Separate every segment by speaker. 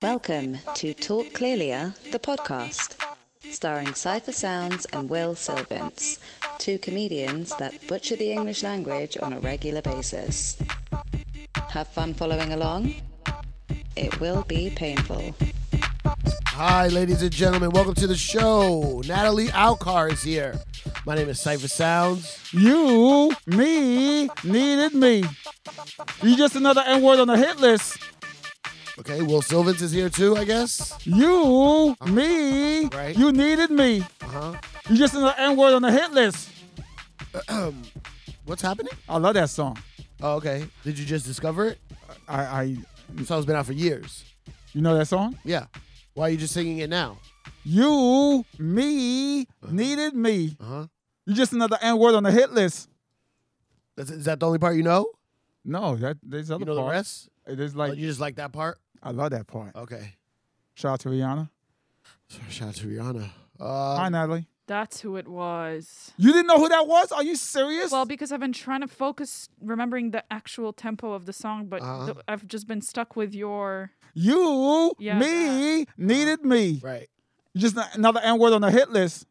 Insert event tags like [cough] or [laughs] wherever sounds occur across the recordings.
Speaker 1: Welcome to Talk Clearlier, the podcast, starring Cypher Sounds and Will Silvins, two comedians that butcher the English language on a regular basis. Have fun following along? It will be painful.
Speaker 2: Hi, ladies and gentlemen. Welcome to the show. Natalie Alcar is here. My name is Cypher Sounds.
Speaker 3: You, me, needed me. You just another N word on the hit list.
Speaker 2: Okay, Will Silvins is here too, I guess.
Speaker 3: You, me,
Speaker 2: Uh-huh. Right.
Speaker 3: you needed me.
Speaker 2: Uh-huh.
Speaker 3: You just another N word on the hit list.
Speaker 2: What's happening?
Speaker 3: I love that song.
Speaker 2: Oh, okay. Did you just discover it?
Speaker 3: I, I,
Speaker 2: This song's been out for years.
Speaker 3: you know that song?
Speaker 2: Yeah. Why are you just singing it now?
Speaker 3: You, me, needed me.
Speaker 2: Uh-huh.
Speaker 3: You just another N word on the hit list.
Speaker 2: That's, is that the only part you know?
Speaker 3: No, that there's other
Speaker 2: You know the
Speaker 3: parts.
Speaker 2: rest?
Speaker 3: It is
Speaker 2: Oh,
Speaker 3: like
Speaker 2: you Uh-huh. just like that part?
Speaker 3: I love that part.
Speaker 2: Okay.
Speaker 3: Shout out to Rihanna.
Speaker 2: Uh-huh. So Shout out to Rihanna. Uh,
Speaker 3: Hi, Natalie.
Speaker 4: That's who it was.
Speaker 3: You didn't know who that was? Are you serious?
Speaker 4: Well, because I've been trying to focus remembering the actual tempo of the song, but
Speaker 2: Uh-huh.
Speaker 4: th- I've just been stuck with your.
Speaker 3: you,
Speaker 4: Yeah,
Speaker 2: Uh-huh.
Speaker 3: me, needed me.
Speaker 2: right.
Speaker 3: You just another N word on the hit list.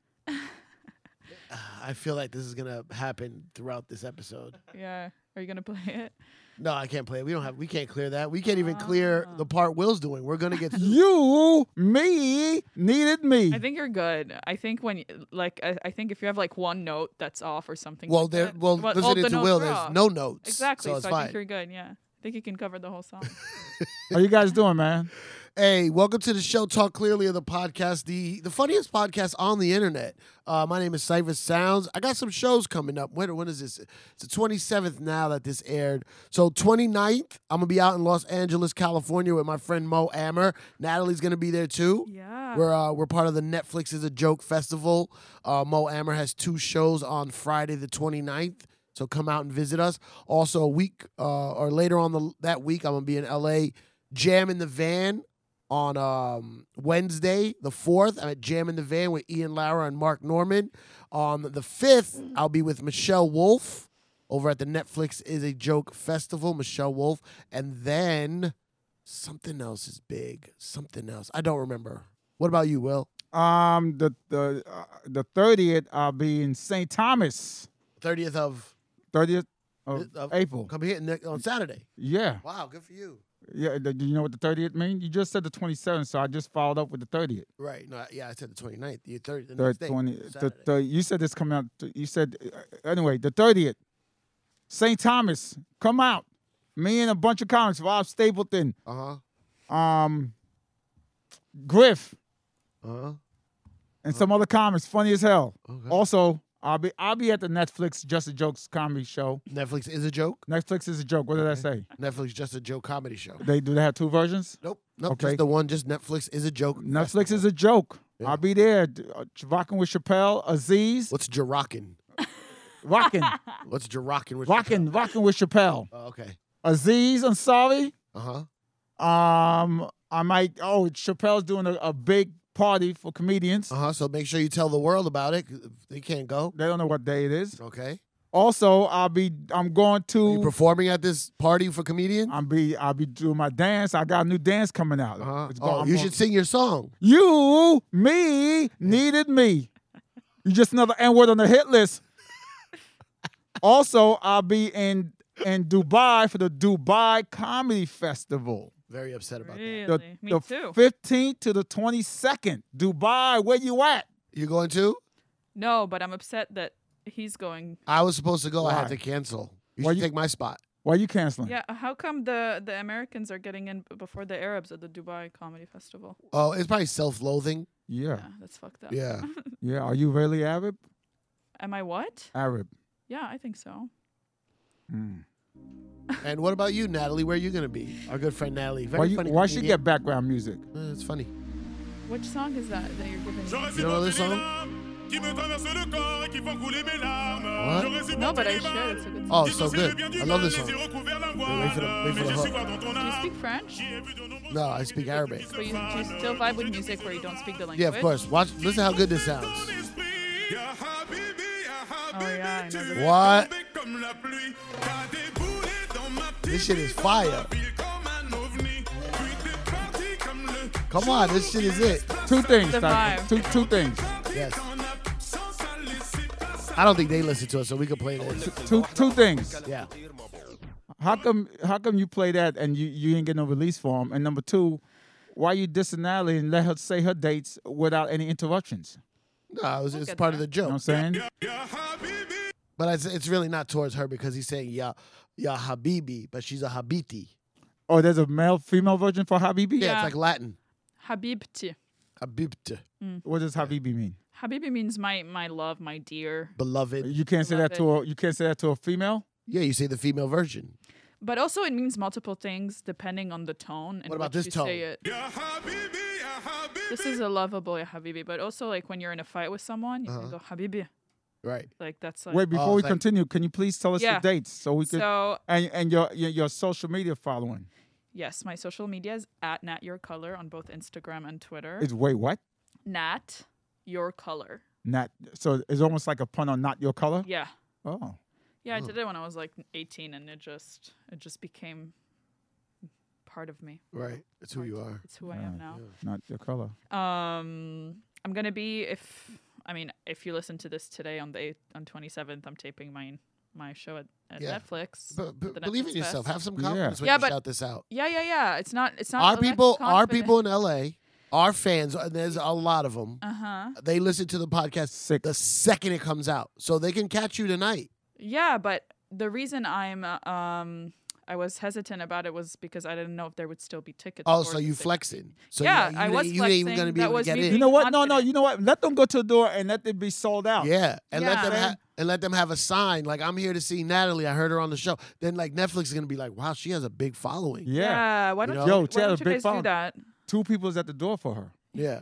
Speaker 2: Ah, I feel like this is gonna happen throughout this episode.
Speaker 4: Yeah. Are you going to play it?
Speaker 2: No, I can't play it. We don't have. We can't clear that. We can't even clear the part Will's doing. We're gonna get.
Speaker 3: You, me, needed me.
Speaker 4: I think you're good. I think when, y- like, I, I think if you have like one note that's off or something.
Speaker 2: well,
Speaker 4: like
Speaker 2: there.
Speaker 4: that-
Speaker 2: Well,
Speaker 4: well, all
Speaker 2: listening
Speaker 4: the
Speaker 2: to
Speaker 4: notes
Speaker 2: Will,
Speaker 4: are
Speaker 2: there's
Speaker 4: off.
Speaker 2: no notes.
Speaker 4: Exactly.
Speaker 2: So
Speaker 4: So,
Speaker 2: it's
Speaker 4: I
Speaker 2: fine.
Speaker 4: think you're good. Yeah. I think you can cover the
Speaker 2: [laughs]
Speaker 4: whole song.
Speaker 3: How you guys doing, man?
Speaker 2: Hey, welcome to the show. Talk clearly of the podcast, the the funniest podcast on the internet. Uh, my name is Cypher Sounds. I got some shows coming up. When when is this? It's the twenty seventh now that this aired. So 29th, I'm gonna be out in Los Angeles, California, with my friend Mo Ammer. Natalie's gonna be there too.
Speaker 4: Yeah.
Speaker 2: We're uh, we're part of the Netflix is a joke festival. Uh, Mo Ammer has two shows on Friday the 29th. So come out and visit us. Also a week uh, or later on the that week I'm going to be in LA Jam in the Van on um, Wednesday the 4th. I'm at Jam in the Van with Ian Lara and Mark Norman. On the 5th, I'll be with Michelle Wolf over at the Netflix is a joke festival, Michelle Wolf, and then something else is big. Something else. I don't remember. What about you, Will?
Speaker 3: Um, the the uh, the thirtieth, I'll be in St. Thomas.
Speaker 2: 30th of
Speaker 3: Thirtieth of
Speaker 2: Of-
Speaker 3: April.
Speaker 2: come here ne- on Saturday.
Speaker 3: Yeah,
Speaker 2: Wow, good for you.
Speaker 3: yeah. th- Do you know what the thirtieth mean? You just said the twenty seventh, so I just followed up with the thirtieth.
Speaker 2: Right. No, yeah, I said the 29th. The 30th. The next
Speaker 3: Third
Speaker 2: day,
Speaker 3: twenty. The,
Speaker 2: Saturday.
Speaker 3: the, you said this coming out. th- You said uh, anyway. The thirtieth, St. Thomas, come out. Me and a bunch of comics. Rob Stapleton,
Speaker 2: Uh-huh.
Speaker 3: um, Griff,
Speaker 2: Uh-huh.
Speaker 3: and some other comics. Funny as hell.
Speaker 2: Okay.
Speaker 3: Also, I'll be I'll be at the Netflix Just a Jokes comedy show.
Speaker 2: Netflix is a joke.
Speaker 3: Netflix is a joke. What did I say?
Speaker 2: Netflix just a joke comedy show.
Speaker 3: They do they have two versions?
Speaker 2: Nope. Nope.
Speaker 3: Okay.
Speaker 2: Just the one. Just Netflix is a joke.
Speaker 3: Netflix is a joke.
Speaker 2: Yeah.
Speaker 3: I'll be there d- uh, rocking with Chappelle, Aziz,
Speaker 2: What's Jirockin?
Speaker 3: rocking,
Speaker 2: What's Jirockin? [laughs] with-
Speaker 3: rocking, rocking with Chappelle,
Speaker 2: Oh, okay.
Speaker 3: Aziz Ansari.
Speaker 2: Uh-huh.
Speaker 3: Um, I might. Oh, Chappelle's doing a, a big party for comedians.
Speaker 2: Uh-huh. So make sure you tell the world about it. 'cause They can't go.
Speaker 3: They don't know what day it is.
Speaker 2: Okay.
Speaker 3: Also, I'll be. I'm going
Speaker 2: Are you
Speaker 3: to.
Speaker 2: performing at this party for comedians?
Speaker 3: I'll be. I'll be doing my dance. I got a new dance coming out.
Speaker 2: Uh-huh.
Speaker 3: Uh, It's go-
Speaker 2: Oh,
Speaker 3: I'm
Speaker 2: you
Speaker 3: going-
Speaker 2: should sing your song.
Speaker 3: You, me, needed me. You just another N word on the hit list. Also, I'll be in in Dubai for the Dubai Comedy Festival.
Speaker 2: Very upset about that.
Speaker 4: really?
Speaker 3: The,
Speaker 4: Me
Speaker 3: the
Speaker 4: too.
Speaker 3: 15th to the 22nd. Dubai, where you at?
Speaker 2: You going too?
Speaker 4: no, but I'm upset that he's going.
Speaker 2: I was supposed to go. I had
Speaker 3: Why?
Speaker 2: to cancel. You
Speaker 3: Why
Speaker 2: should
Speaker 3: you-
Speaker 2: take my spot.
Speaker 3: Why you canceling?
Speaker 4: Yeah. How come the, the Americans are getting in b- before the Arabs at the Dubai Comedy Festival?
Speaker 2: Oh, it's probably self-loathing.
Speaker 3: yeah.
Speaker 4: Yeah, that's fucked
Speaker 3: [laughs]
Speaker 4: up.
Speaker 2: Yeah.
Speaker 3: Yeah. Are you really Arab?
Speaker 4: Am I what?
Speaker 3: Arab.
Speaker 4: Yeah, I think so.
Speaker 3: Mm.
Speaker 2: and what about you, Natalie? Where are you gonna be? Our good friend Natalie. Very
Speaker 3: Why you,
Speaker 2: funny.
Speaker 3: why she
Speaker 2: comedian.
Speaker 3: get background music?
Speaker 2: Uh, it's funny.
Speaker 4: Which song is that that you're giving? me?
Speaker 5: J'aurais su
Speaker 2: You know
Speaker 5: porter
Speaker 2: this
Speaker 5: les
Speaker 2: song?
Speaker 5: larmes qui me traversent le corps et qui font couler mes larmes.
Speaker 2: What?
Speaker 5: J'aurais su
Speaker 4: No,
Speaker 5: porter
Speaker 4: but I
Speaker 5: les
Speaker 4: should.
Speaker 5: balles
Speaker 4: It's a good song.
Speaker 2: Oh, it's so
Speaker 5: qui soufflaient le
Speaker 2: good.
Speaker 5: bien du
Speaker 2: I love
Speaker 5: mal,
Speaker 2: this
Speaker 5: les yeux
Speaker 2: song.
Speaker 5: recouverts
Speaker 2: wait for the-
Speaker 5: d'un
Speaker 2: wait
Speaker 5: voile.
Speaker 2: for the
Speaker 5: Mais je suis
Speaker 2: hook.
Speaker 5: quoi dans ton
Speaker 4: Do you
Speaker 5: âme?
Speaker 4: speak French?
Speaker 5: J'y ai vu de nombreux
Speaker 2: No, I
Speaker 5: hommes
Speaker 2: speak
Speaker 5: qui
Speaker 2: Arabic.
Speaker 5: se
Speaker 4: But you, do you
Speaker 5: fanent.
Speaker 4: still vibe with music where you don't speak the language?
Speaker 2: Yeah, of course. Watch. Listen how good this sounds.
Speaker 5: Ya Habibi, ya
Speaker 4: Oh, yeah, I know
Speaker 5: Habibi, tu
Speaker 4: this.
Speaker 5: es
Speaker 2: What?
Speaker 5: tombé comme la pluie. T'as déboulé dans ma
Speaker 2: This shit is fire. Come on, this shit is it.
Speaker 3: Two things,
Speaker 4: The
Speaker 3: Doctor.
Speaker 4: vibe.
Speaker 3: Two two things.
Speaker 2: Yes. I don't think they listen to us, so we could play this.
Speaker 3: [laughs] Two two things.
Speaker 2: Yeah.
Speaker 3: How come how come you play that and you, you ain't get no release for him? And number two, why you dissing Natalie and let her say her dates without any interruptions?
Speaker 2: No, it was, it's
Speaker 4: get
Speaker 2: part of
Speaker 4: there.
Speaker 2: the joke.
Speaker 3: You know what I'm saying?
Speaker 2: But it's, it's really not towards her because he's saying ya ya habibi, but she's a habiti.
Speaker 3: Oh, there's a male female version for Habibi?
Speaker 2: Yeah,
Speaker 4: Yeah.
Speaker 2: it's like Latin.
Speaker 4: Habibti.
Speaker 2: Habibte,
Speaker 4: Mm.
Speaker 3: What does Habibi mean?
Speaker 4: Habibi means my my love, my dear.
Speaker 2: beloved.
Speaker 3: You can't say
Speaker 4: Love
Speaker 3: that to a you can't say that to a female?
Speaker 2: Yeah, you say the female version.
Speaker 4: But also, it means multiple things depending on the tone. And
Speaker 2: What about this
Speaker 4: which you
Speaker 2: tone?
Speaker 4: Say it. This is a lovable yeah, Habibi, but also like when you're in a fight with someone,
Speaker 2: Uh-huh.
Speaker 4: you can go Habibi.
Speaker 2: Right.
Speaker 4: Like that's like.
Speaker 3: Wait, before
Speaker 2: Oh,
Speaker 3: we
Speaker 2: thank-
Speaker 3: continue, can you please tell us
Speaker 4: Yeah.
Speaker 3: your dates so we can
Speaker 4: so
Speaker 3: and and your, your your social media following?
Speaker 4: yes, my social media is at Nat Your Color on both Instagram and Twitter.
Speaker 3: It's wait what?
Speaker 4: Nat Your Color.
Speaker 3: Not so it's almost like a pun on not your color.
Speaker 4: Yeah.
Speaker 3: Oh,
Speaker 4: Yeah,
Speaker 2: Mm.
Speaker 4: I did it when I was like 18, and it just it just became part of me.
Speaker 2: Right. It's who you are.
Speaker 4: It's who I am now.
Speaker 3: not your color.
Speaker 4: Um, I'm gonna be if I mean if you listen to this today on the 8th, on 27th, I'm taping my my show at, at
Speaker 2: Yeah.
Speaker 4: Netflix.
Speaker 2: But,
Speaker 4: the
Speaker 2: but believe in
Speaker 4: Netflix
Speaker 2: yourself.
Speaker 4: Fest.
Speaker 2: Have some
Speaker 3: Yeah.
Speaker 2: confidence when
Speaker 4: Yeah,
Speaker 2: you
Speaker 4: but-
Speaker 2: shout this out.
Speaker 4: yeah, yeah, yeah. It's not it's not
Speaker 2: Our people, our people in LA, our fans, and there's a lot of them.
Speaker 4: Uh huh.
Speaker 2: They listen to the podcast
Speaker 3: Six.
Speaker 2: the second it comes out, so they can catch you tonight.
Speaker 4: Yeah, but the reason I'm uh, um I was hesitant about it was because I didn't know if there would still be tickets.
Speaker 2: Oh,
Speaker 4: for
Speaker 2: so
Speaker 4: the
Speaker 2: you
Speaker 4: thing.
Speaker 2: flexing? So
Speaker 4: Yeah,
Speaker 2: you,
Speaker 4: I
Speaker 2: you,
Speaker 4: was
Speaker 2: ain't- you ain't even
Speaker 4: flexing.
Speaker 2: gonna be
Speaker 4: That
Speaker 2: able to
Speaker 4: was
Speaker 2: get
Speaker 4: me
Speaker 2: in.
Speaker 3: You know what? No, no.
Speaker 4: confident.
Speaker 3: You know what? Let them go to the door and let them be sold out.
Speaker 2: Yeah, and let
Speaker 4: Yeah.
Speaker 2: them
Speaker 4: Same.
Speaker 2: ha- and let them have a sign like I'm here to see Natalie. I heard her on the show. Then like Netflix is gonna be like, wow, she has a big following.
Speaker 4: Yeah.
Speaker 3: yeah.
Speaker 4: why
Speaker 2: You
Speaker 4: don't
Speaker 2: know?
Speaker 4: you,
Speaker 2: Yo,
Speaker 4: why
Speaker 3: Taylor,
Speaker 4: don't you
Speaker 3: big
Speaker 4: guys do
Speaker 3: follow-
Speaker 4: that?
Speaker 3: Two people's at the door for her.
Speaker 2: Yeah.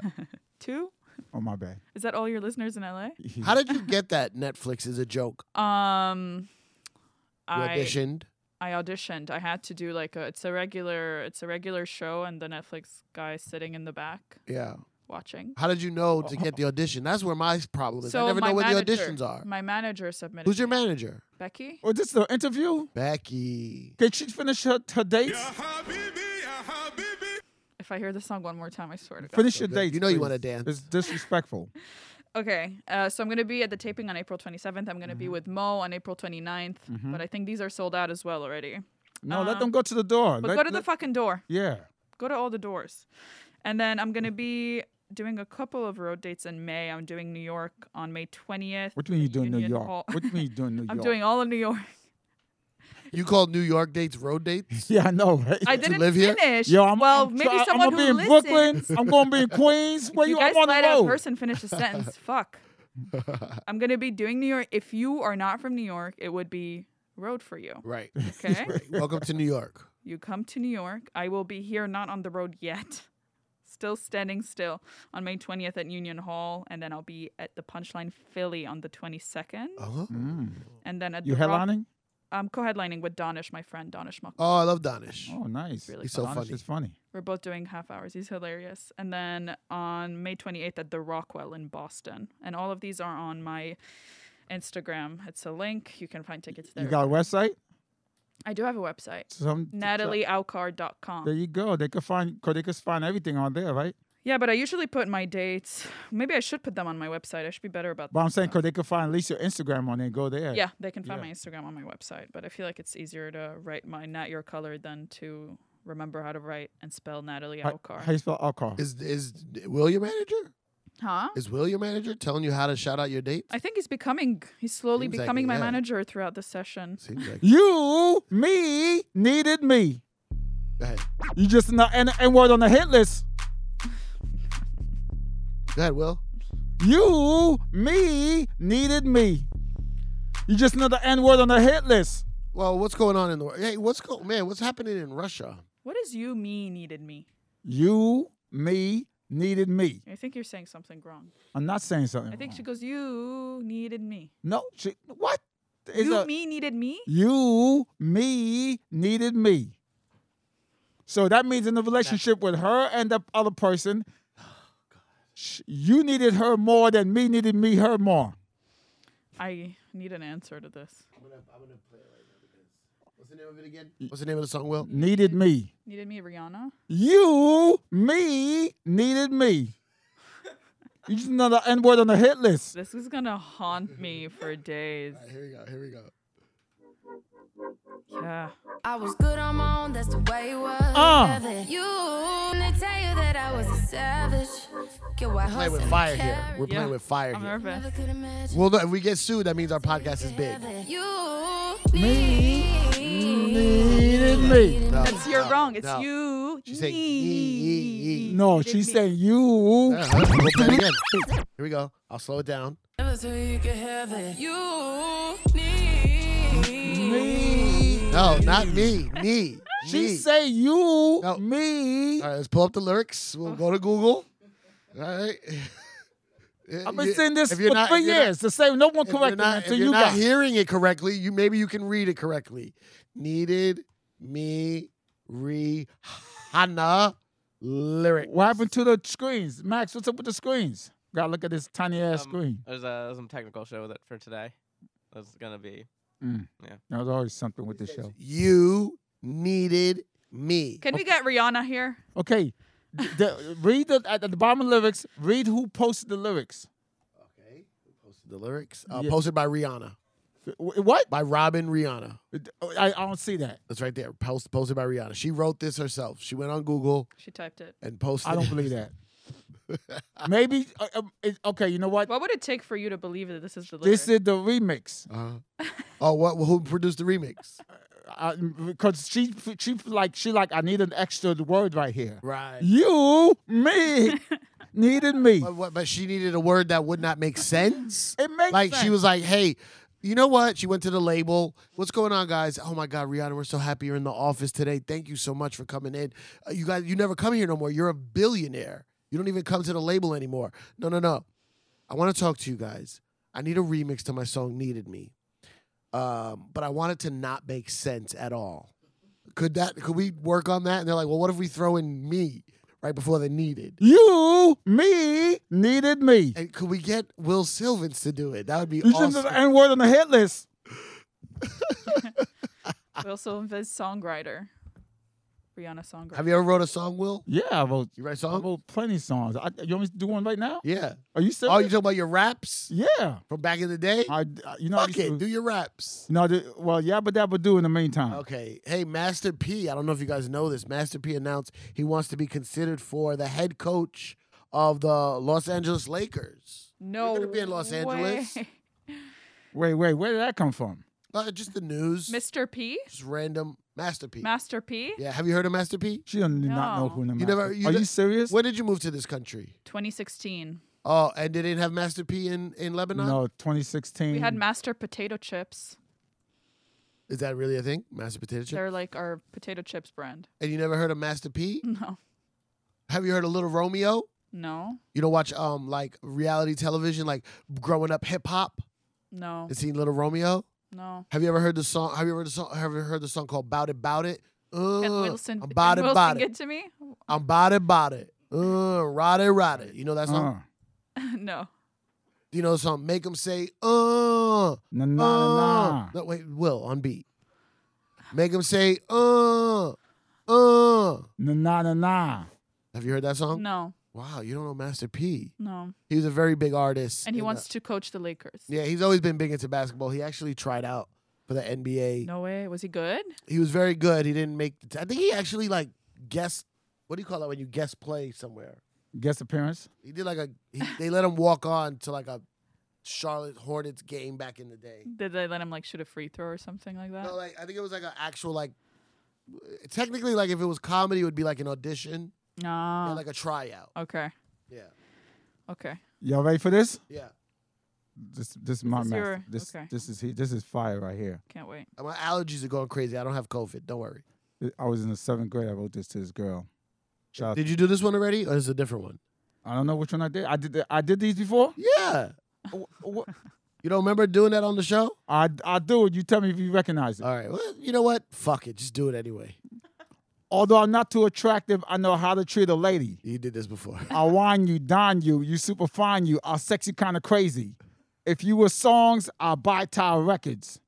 Speaker 4: Two?
Speaker 3: Oh my bad.
Speaker 4: Is that all your listeners in LA? [laughs]
Speaker 2: How did you get that Netflix is a joke?
Speaker 4: Um,
Speaker 2: You
Speaker 4: I
Speaker 2: auditioned.
Speaker 4: I auditioned. I had to do like a it's a regular it's a regular show, and the Netflix guy sitting in the back
Speaker 2: Yeah.
Speaker 4: watching.
Speaker 2: How did you know to get the
Speaker 4: [laughs]
Speaker 2: audition? That's where my problem is. I never know
Speaker 4: my
Speaker 2: where the
Speaker 4: manager-
Speaker 2: auditions are.
Speaker 4: My manager submitted.
Speaker 2: Who's your
Speaker 4: it.
Speaker 2: manager?
Speaker 4: Becky?
Speaker 3: Was Oh, this the interview?
Speaker 2: Becky.
Speaker 3: Did she finish her, her dates?
Speaker 4: If I hear the song one more time, I swear to God.
Speaker 3: Finish your
Speaker 2: good.
Speaker 3: dates.
Speaker 2: You know you
Speaker 3: please.
Speaker 2: wanna dance.
Speaker 3: It's disrespectful.
Speaker 4: Okay, uh, so I'm gonna be at the taping on April 27th. I'm gonna
Speaker 3: Mm-hmm.
Speaker 4: be with Mo on April 29th, but I think these are sold out as well already.
Speaker 3: No, let them go to the door.
Speaker 4: Um, But
Speaker 3: Let-
Speaker 4: go to the
Speaker 3: let-
Speaker 4: fucking door.
Speaker 3: yeah.
Speaker 4: Go to all the doors, and then I'm gonna be doing a couple of road dates in May. I'm doing New York on May 20th.
Speaker 3: What do you mean
Speaker 4: at
Speaker 3: you doing New
Speaker 4: Union
Speaker 3: York?
Speaker 4: Hall.
Speaker 3: What do you mean you doing New York?
Speaker 4: [laughs] I'm doing all of New
Speaker 3: [laughs]
Speaker 4: York.
Speaker 2: You called New York dates road
Speaker 4: [laughs]
Speaker 2: dates?
Speaker 3: Yeah, I know. Right?
Speaker 4: I didn't
Speaker 2: live here?
Speaker 4: finish.
Speaker 3: Yo, I'm,
Speaker 4: well,
Speaker 3: I'm
Speaker 4: maybe
Speaker 3: try-
Speaker 4: someone
Speaker 3: I'm gonna
Speaker 4: who
Speaker 3: be in
Speaker 4: listens.
Speaker 3: Brooklyn. I'm gonna be
Speaker 4: [laughs]
Speaker 3: in Queens. Where
Speaker 4: you
Speaker 3: you?
Speaker 4: guys
Speaker 3: I'm on
Speaker 4: let
Speaker 3: the
Speaker 4: a
Speaker 3: road.
Speaker 4: person finish
Speaker 3: [laughs]
Speaker 4: a sentence. Fuck. I'm gonna be doing New York. If you are not from New York, it would be road
Speaker 3: [laughs]
Speaker 4: for you.
Speaker 2: Right.
Speaker 4: Okay.
Speaker 2: Welcome to New York.
Speaker 4: You come to New York. I will be here, not on the road yet. [laughs] Still standing still on May 20th at Union Hall, and then I'll be at the Punchline Philly on the 22nd,
Speaker 2: Uh-huh.
Speaker 4: and then at
Speaker 3: Hmm? You
Speaker 4: the Rock-
Speaker 3: headlining?
Speaker 4: I'm co-headlining with Donish, my friend Donish Mok.
Speaker 2: Oh, I love Donish.
Speaker 3: Oh, nice.
Speaker 4: Really
Speaker 2: He's so
Speaker 3: Honest,
Speaker 2: funny.
Speaker 3: It's funny.
Speaker 4: We're both doing half hours. He's hilarious. And then on May 28th at the Rockwell in Boston. And all of these are on my Instagram. It's a link. You can find tickets there.
Speaker 3: You got a website?
Speaker 4: I do have a website.
Speaker 3: Some There
Speaker 4: NatalieAlcar.com.
Speaker 3: you go. They could find. Cause they could find everything on there, right?
Speaker 4: Yeah, but I usually put my dates. Maybe I should put them on my website. I should be better about
Speaker 3: But
Speaker 4: that.
Speaker 3: I'm saying, cause they could find at least your Instagram on there. Go there.
Speaker 4: Yeah, they can find
Speaker 3: Yeah.
Speaker 4: my Instagram on my website. But I feel like it's easier to write my Nat Your Color than to remember how to write and spell Natalie
Speaker 3: How,
Speaker 4: Alcar.
Speaker 3: how you spell alcohol?
Speaker 2: Is is Will your manager?
Speaker 4: huh?
Speaker 2: Is Will your manager telling you how to shout out your dates?
Speaker 4: I think he's becoming, he's slowly
Speaker 2: Seems like
Speaker 4: becoming
Speaker 2: it,
Speaker 4: my
Speaker 2: yeah.
Speaker 4: manager throughout the session.
Speaker 2: Seems
Speaker 4: [laughs]
Speaker 2: like.
Speaker 3: You, me, needed me.
Speaker 2: Go ahead.
Speaker 3: You just not and and word on the hit list.
Speaker 2: Go ahead, Will.
Speaker 3: You, me, needed me. You just another N word on the hit list.
Speaker 2: Well, what's going on in the world? Hey, what's going man, what's happening in Russia?
Speaker 4: What is you, me, needed me?
Speaker 3: You, me, needed me.
Speaker 4: I think you're saying something wrong.
Speaker 3: I'm not saying something.
Speaker 4: I think
Speaker 2: Oh.
Speaker 3: wrong.
Speaker 4: she goes, You needed me.
Speaker 3: No, she, what? It's
Speaker 4: you,
Speaker 3: a-
Speaker 4: me, needed me?
Speaker 3: You, me, needed me. So that means in the relationship with her and the other person, sh- you needed her more than me needed me her more.
Speaker 4: I need an answer to this.
Speaker 2: What's the name of it again? What's the name of the song, Will?
Speaker 3: Needed me.
Speaker 4: Needed me, Rihanna.
Speaker 3: You, me, needed me. You just another N word on the hit
Speaker 4: [laughs]
Speaker 3: list.
Speaker 4: This is gonna haunt
Speaker 2: [laughs]
Speaker 4: me for days.
Speaker 2: Here we go. Here we go.
Speaker 4: Yeah.
Speaker 6: I was good on my own, that's the way it was.
Speaker 3: Uh.
Speaker 6: You, they tell you that I was a savage. Get what
Speaker 2: Playing with fire here. We're playing
Speaker 4: Yeah.
Speaker 2: with fire
Speaker 4: I'm
Speaker 2: here.
Speaker 4: nervous.
Speaker 6: could imagine.
Speaker 2: Well, no, if we get sued, that means our podcast is big.
Speaker 6: You,
Speaker 3: Needed me.
Speaker 2: No,
Speaker 4: That's you're
Speaker 2: no,
Speaker 4: wrong. It's
Speaker 2: no.
Speaker 4: you.
Speaker 2: She's saying yee, yee, yee.
Speaker 3: No, she's saying you.
Speaker 2: Uh-huh. We'll play it again. Here we go. I'll slow it down.
Speaker 6: never so you could have it. You need
Speaker 3: Me.
Speaker 2: No, not me. Me.
Speaker 3: She
Speaker 2: me.
Speaker 3: say you,
Speaker 2: No.
Speaker 3: me.
Speaker 2: All right, let's pull up the lyrics. We'll go to Google. All right. [laughs]
Speaker 3: I've been saying this
Speaker 2: If
Speaker 3: for
Speaker 2: you're not-
Speaker 3: three
Speaker 2: if you're not-
Speaker 3: years. the same, no one
Speaker 2: If you're
Speaker 3: corrected me
Speaker 2: not, if
Speaker 3: until
Speaker 2: you're
Speaker 3: you
Speaker 2: not
Speaker 3: got
Speaker 2: hearing it correctly, you maybe you can read it correctly. Needed me Rihanna lyric.
Speaker 3: What happened to the screens? Max, what's up with the screens? Gotta look at this tiny ass
Speaker 7: Um,
Speaker 3: screen.
Speaker 7: There's uh, some technical show with it for today. That's gonna be.
Speaker 3: There's always something with this show.
Speaker 2: You needed me.
Speaker 4: Can we get Rihanna here?
Speaker 3: Okay. d- the- read the, at the bottom of the lyrics, read who posted the lyrics.
Speaker 2: Okay. Posted the lyrics. Uh,
Speaker 3: Yeah.
Speaker 2: Posted by Rihanna.
Speaker 3: Wh- What? oh,
Speaker 2: By Robin Rihanna.
Speaker 3: I, I don't see that.
Speaker 2: That's right there. Post, posted by Rihanna. She wrote this herself. She went on Google
Speaker 4: She typed it.
Speaker 2: and posted.
Speaker 3: I don't
Speaker 2: it. [laughs]
Speaker 3: believe that. Maybe uh, um, it, okay. You know what?
Speaker 4: What would it take for you to believe that this is the lyric?
Speaker 3: This is the remix
Speaker 2: Uh-huh. oh, what? Who produced the remix?
Speaker 3: because she she like she like I need an extra word right here.
Speaker 2: Right.
Speaker 3: You me
Speaker 2: [laughs]
Speaker 3: needed me.
Speaker 2: But, what, but she needed a word that would not make sense.
Speaker 3: [laughs] It makes
Speaker 2: like she
Speaker 3: sense.
Speaker 2: was like, "Hey, you know what?" She went to the label. What's going on, guys? Oh my God, Rihanna, we're so happy you're in the office today. Thank you so much for coming in. Uh, you guys, you never come here no more. You're a billionaire. You don't even come to the label anymore. No, no, no. I want to talk to you guys. I need a remix to my song "Needed Me," um, but I want it to not make sense at all. Could that? Could we work on that? And they're like, "Well, what if we throw in me right before the needed?"
Speaker 3: You me needed me.
Speaker 2: And could we get Will Sylvans to do it? That would be
Speaker 3: You just
Speaker 2: awesome.
Speaker 3: the N word on the hit list.
Speaker 4: Will Sylvan's songwriter. Rihanna songwriter.
Speaker 2: Have you ever wrote a song, Will?
Speaker 3: Yeah, I wrote.
Speaker 2: You write a
Speaker 3: I
Speaker 2: song?
Speaker 3: wrote plenty songs. I, you want me to do one right now?
Speaker 2: Yeah.
Speaker 3: Are you serious?
Speaker 2: Oh, you talking about your raps
Speaker 3: yeah.
Speaker 2: from back in the day?
Speaker 3: I, I- you know. I
Speaker 2: Fuck
Speaker 3: used to-
Speaker 2: it, do your raps.
Speaker 3: No, the, well, yabba dabba do in the meantime.
Speaker 2: Okay. Hey, Master P. I don't know if you guys know this. Master P announced he wants to be considered for the head coach of the Los Angeles Lakers.
Speaker 4: no.
Speaker 2: gonna be in Los
Speaker 4: [laughs]
Speaker 2: Angeles.
Speaker 4: way.
Speaker 3: Wait, wait, where did that come from?
Speaker 2: Uh, just the news.
Speaker 4: Mr. P?
Speaker 2: just random. Master P.
Speaker 4: Master P?
Speaker 2: yeah. Have you heard of Master P?
Speaker 3: She don't, do not know
Speaker 4: No.
Speaker 3: who the
Speaker 2: You
Speaker 3: master-
Speaker 2: never- you
Speaker 3: Are
Speaker 2: ne-
Speaker 3: you serious?
Speaker 2: When did you move to this country?
Speaker 4: 2016.
Speaker 2: Oh, and they didn't have Master P in, in Lebanon?
Speaker 3: No, 2016.
Speaker 2: Mm.
Speaker 4: We had Master Potato Chips.
Speaker 2: Is that really a thing? Master Potato Chip?
Speaker 4: They're like our potato chips brand. [laughs]
Speaker 2: And you never heard of Master P?
Speaker 4: No.
Speaker 2: Have you heard of Little Romeo?
Speaker 4: No.
Speaker 2: You don't watch um like reality television, like growing up hip hop
Speaker 4: No.
Speaker 2: and seeing Little Romeo.
Speaker 4: No.
Speaker 2: Have you ever heard the song? Have you ever heard the song? Have you heard the song called "Bout It, Bout It"? Uh,
Speaker 4: Can Wilson,
Speaker 2: I'm
Speaker 4: can
Speaker 2: bout it,
Speaker 4: Wilson
Speaker 2: bout it.
Speaker 4: get to me? [laughs]
Speaker 2: I'm bout it, bout it. Uh, ride it, ride it. You know that song?
Speaker 3: Uh,
Speaker 4: no.
Speaker 2: Do you know the song? Make 'em say, uh, uh.
Speaker 3: nah, nah, nah, nah.
Speaker 2: No, wait, Will on beat. Make 'em say, uh, uh.
Speaker 3: Nah, nah, nah, nah.
Speaker 2: Have you heard that song?
Speaker 4: No.
Speaker 2: Wow, you don't know Master P.
Speaker 4: No.
Speaker 2: He was a very big artist.
Speaker 4: And he
Speaker 2: in the-
Speaker 4: wants to coach the Lakers.
Speaker 2: Yeah, he's always been big into basketball. He actually tried out for the NBA.
Speaker 4: No way. Was he good?
Speaker 2: He was very good. He didn't make. The t- I think he actually like guest. What do you call that when you guest play somewhere?
Speaker 3: Guest appearance?
Speaker 2: He did like a.
Speaker 4: [laughs]
Speaker 2: He, they let him walk on to like a Charlotte Hornets game back in the day.
Speaker 4: Did they let him like shoot a free throw or something like that?
Speaker 2: No, like I think it was like an actual like. Technically, like if it was comedy, it would be like an audition,
Speaker 4: No.
Speaker 2: yeah,
Speaker 4: Uh.
Speaker 2: like a tryout.
Speaker 4: okay.
Speaker 2: Yeah,
Speaker 4: Okay.
Speaker 3: Y'all ready for this?
Speaker 2: yeah.
Speaker 3: This, this is my
Speaker 4: is
Speaker 3: master.
Speaker 4: your-
Speaker 3: this,
Speaker 4: okay.
Speaker 3: this is he. This is fire right here.
Speaker 4: Can't wait.
Speaker 2: My allergies are going crazy. I don't have COVID. Don't worry.
Speaker 3: I was in the seventh grade. I wrote this to this girl. Shout out-
Speaker 2: Did you do this one already, or is it a different one?
Speaker 3: I don't know which one I did. I did. the- I did these before.
Speaker 2: Yeah.
Speaker 3: Wh-
Speaker 2: You don't remember doing that on the show?
Speaker 3: I I do it. You tell me if you recognize it.
Speaker 2: All right. Well, you know what? Fuck it. Just do it anyway.
Speaker 3: Although I'm not too attractive, I know how to treat a lady.
Speaker 2: You did this
Speaker 3: [laughs]
Speaker 2: before.
Speaker 3: I
Speaker 4: [laughs]
Speaker 3: wine you, dine you, you super fine you, I'll sex you kind of crazy. If you were songs, I'll buy Tower Records.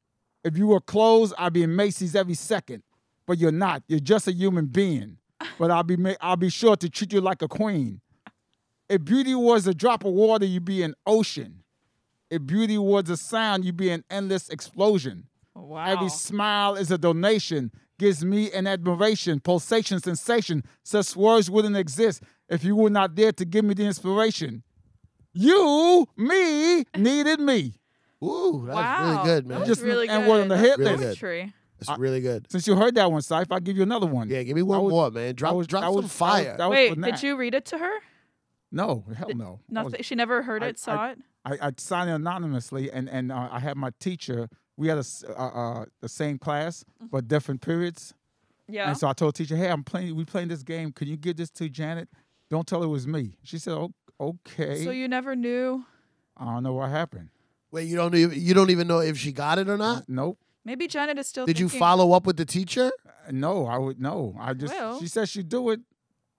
Speaker 3: If you were clothes, I'd be in Macy's every second. But you're not. You're just a human being. But I'll be ma- I'll be sure to treat you like a queen. If beauty was a drop of water, you'd be an ocean. If beauty was a sound, you'd be an endless explosion.
Speaker 4: Wow.
Speaker 3: Every smile is a donation, gives me an admiration, pulsation, sensation. Such words wouldn't exist if you were not there to give me the inspiration. You, me, needed me.
Speaker 2: Ooh, that's
Speaker 4: wow.
Speaker 2: really good, man.
Speaker 4: That's
Speaker 3: Just an
Speaker 4: really
Speaker 3: N-word on the hit
Speaker 2: Really
Speaker 3: list.
Speaker 2: good.
Speaker 4: Poetry.
Speaker 2: it's really good.
Speaker 3: Since you heard that one, Sif, I'll give you another one.
Speaker 2: Yeah, give me one
Speaker 3: I was-
Speaker 2: more, man. Drop,
Speaker 3: was-
Speaker 2: drop
Speaker 3: I
Speaker 2: some
Speaker 3: was- I was-
Speaker 2: fire.
Speaker 3: I was-
Speaker 4: Wait,
Speaker 3: for
Speaker 4: did
Speaker 3: that.
Speaker 4: you read it to her?
Speaker 3: No, hell no. I was-
Speaker 4: Nothing. She never heard
Speaker 3: I-
Speaker 4: it, saw it.
Speaker 3: I, I signed it anonymously, and and uh, I had my teacher. We had a s- uh, uh, the same class, [laughs] but different periods.
Speaker 4: Yeah.
Speaker 3: And so I told teacher, "Hey, I'm playing. We playing this game. Can you give this to Janet? Don't tell her it was me." She said, "O- "Okay."
Speaker 4: So you never knew.
Speaker 3: I don't know what happened.
Speaker 2: Wait, you don't even you don't even know if she got it or not.
Speaker 3: Nope.
Speaker 4: Maybe Janet is still.
Speaker 2: Did you
Speaker 4: thinking-
Speaker 2: follow up with the teacher?
Speaker 3: No, I would no. I just
Speaker 4: Well.
Speaker 3: she said she'd do it.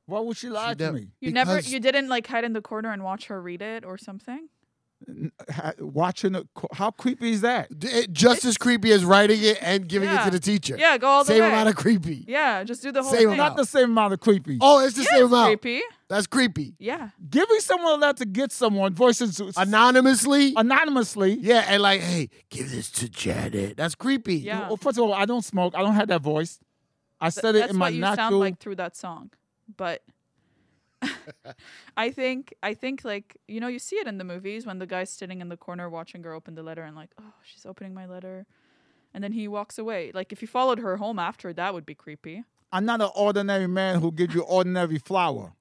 Speaker 3: Why would she lie
Speaker 2: She
Speaker 3: to
Speaker 2: def-
Speaker 3: me?
Speaker 4: You never.
Speaker 2: Because-
Speaker 4: You didn't like hide in the corner and watch her read it or something.
Speaker 3: Ha- Watching a, co- how creepy is that?
Speaker 2: D- it- just as creepy as writing it and giving it
Speaker 4: Yeah.
Speaker 2: to the teacher.
Speaker 4: Yeah, go all the
Speaker 2: same
Speaker 4: way.
Speaker 2: amount of creepy.
Speaker 4: Yeah, just do the whole
Speaker 2: Same
Speaker 4: thing.
Speaker 2: amount.
Speaker 3: The same amount of creepy.
Speaker 2: Oh, it's the
Speaker 4: Yeah,
Speaker 2: same
Speaker 4: it's
Speaker 2: amount.
Speaker 4: creepy.
Speaker 2: That's creepy.
Speaker 4: Yeah.
Speaker 3: Giving someone a letter to get someone versus s-
Speaker 2: Anonymously.
Speaker 3: anonymously.
Speaker 2: yeah, and like, hey, give this to Janet. That's creepy.
Speaker 4: Yeah.
Speaker 3: Well, first of all, I don't smoke. I don't have that voice. I said it
Speaker 4: That's
Speaker 3: in my
Speaker 4: what you
Speaker 3: natural.
Speaker 4: sound like through that song. But [laughs] I think I think like you know you see it in the movies when the guy's sitting in the corner watching her open the letter and like oh she's opening my letter, and then he walks away. Like if you followed her home after that would be creepy.
Speaker 3: I'm not an ordinary man who gives you ordinary flour.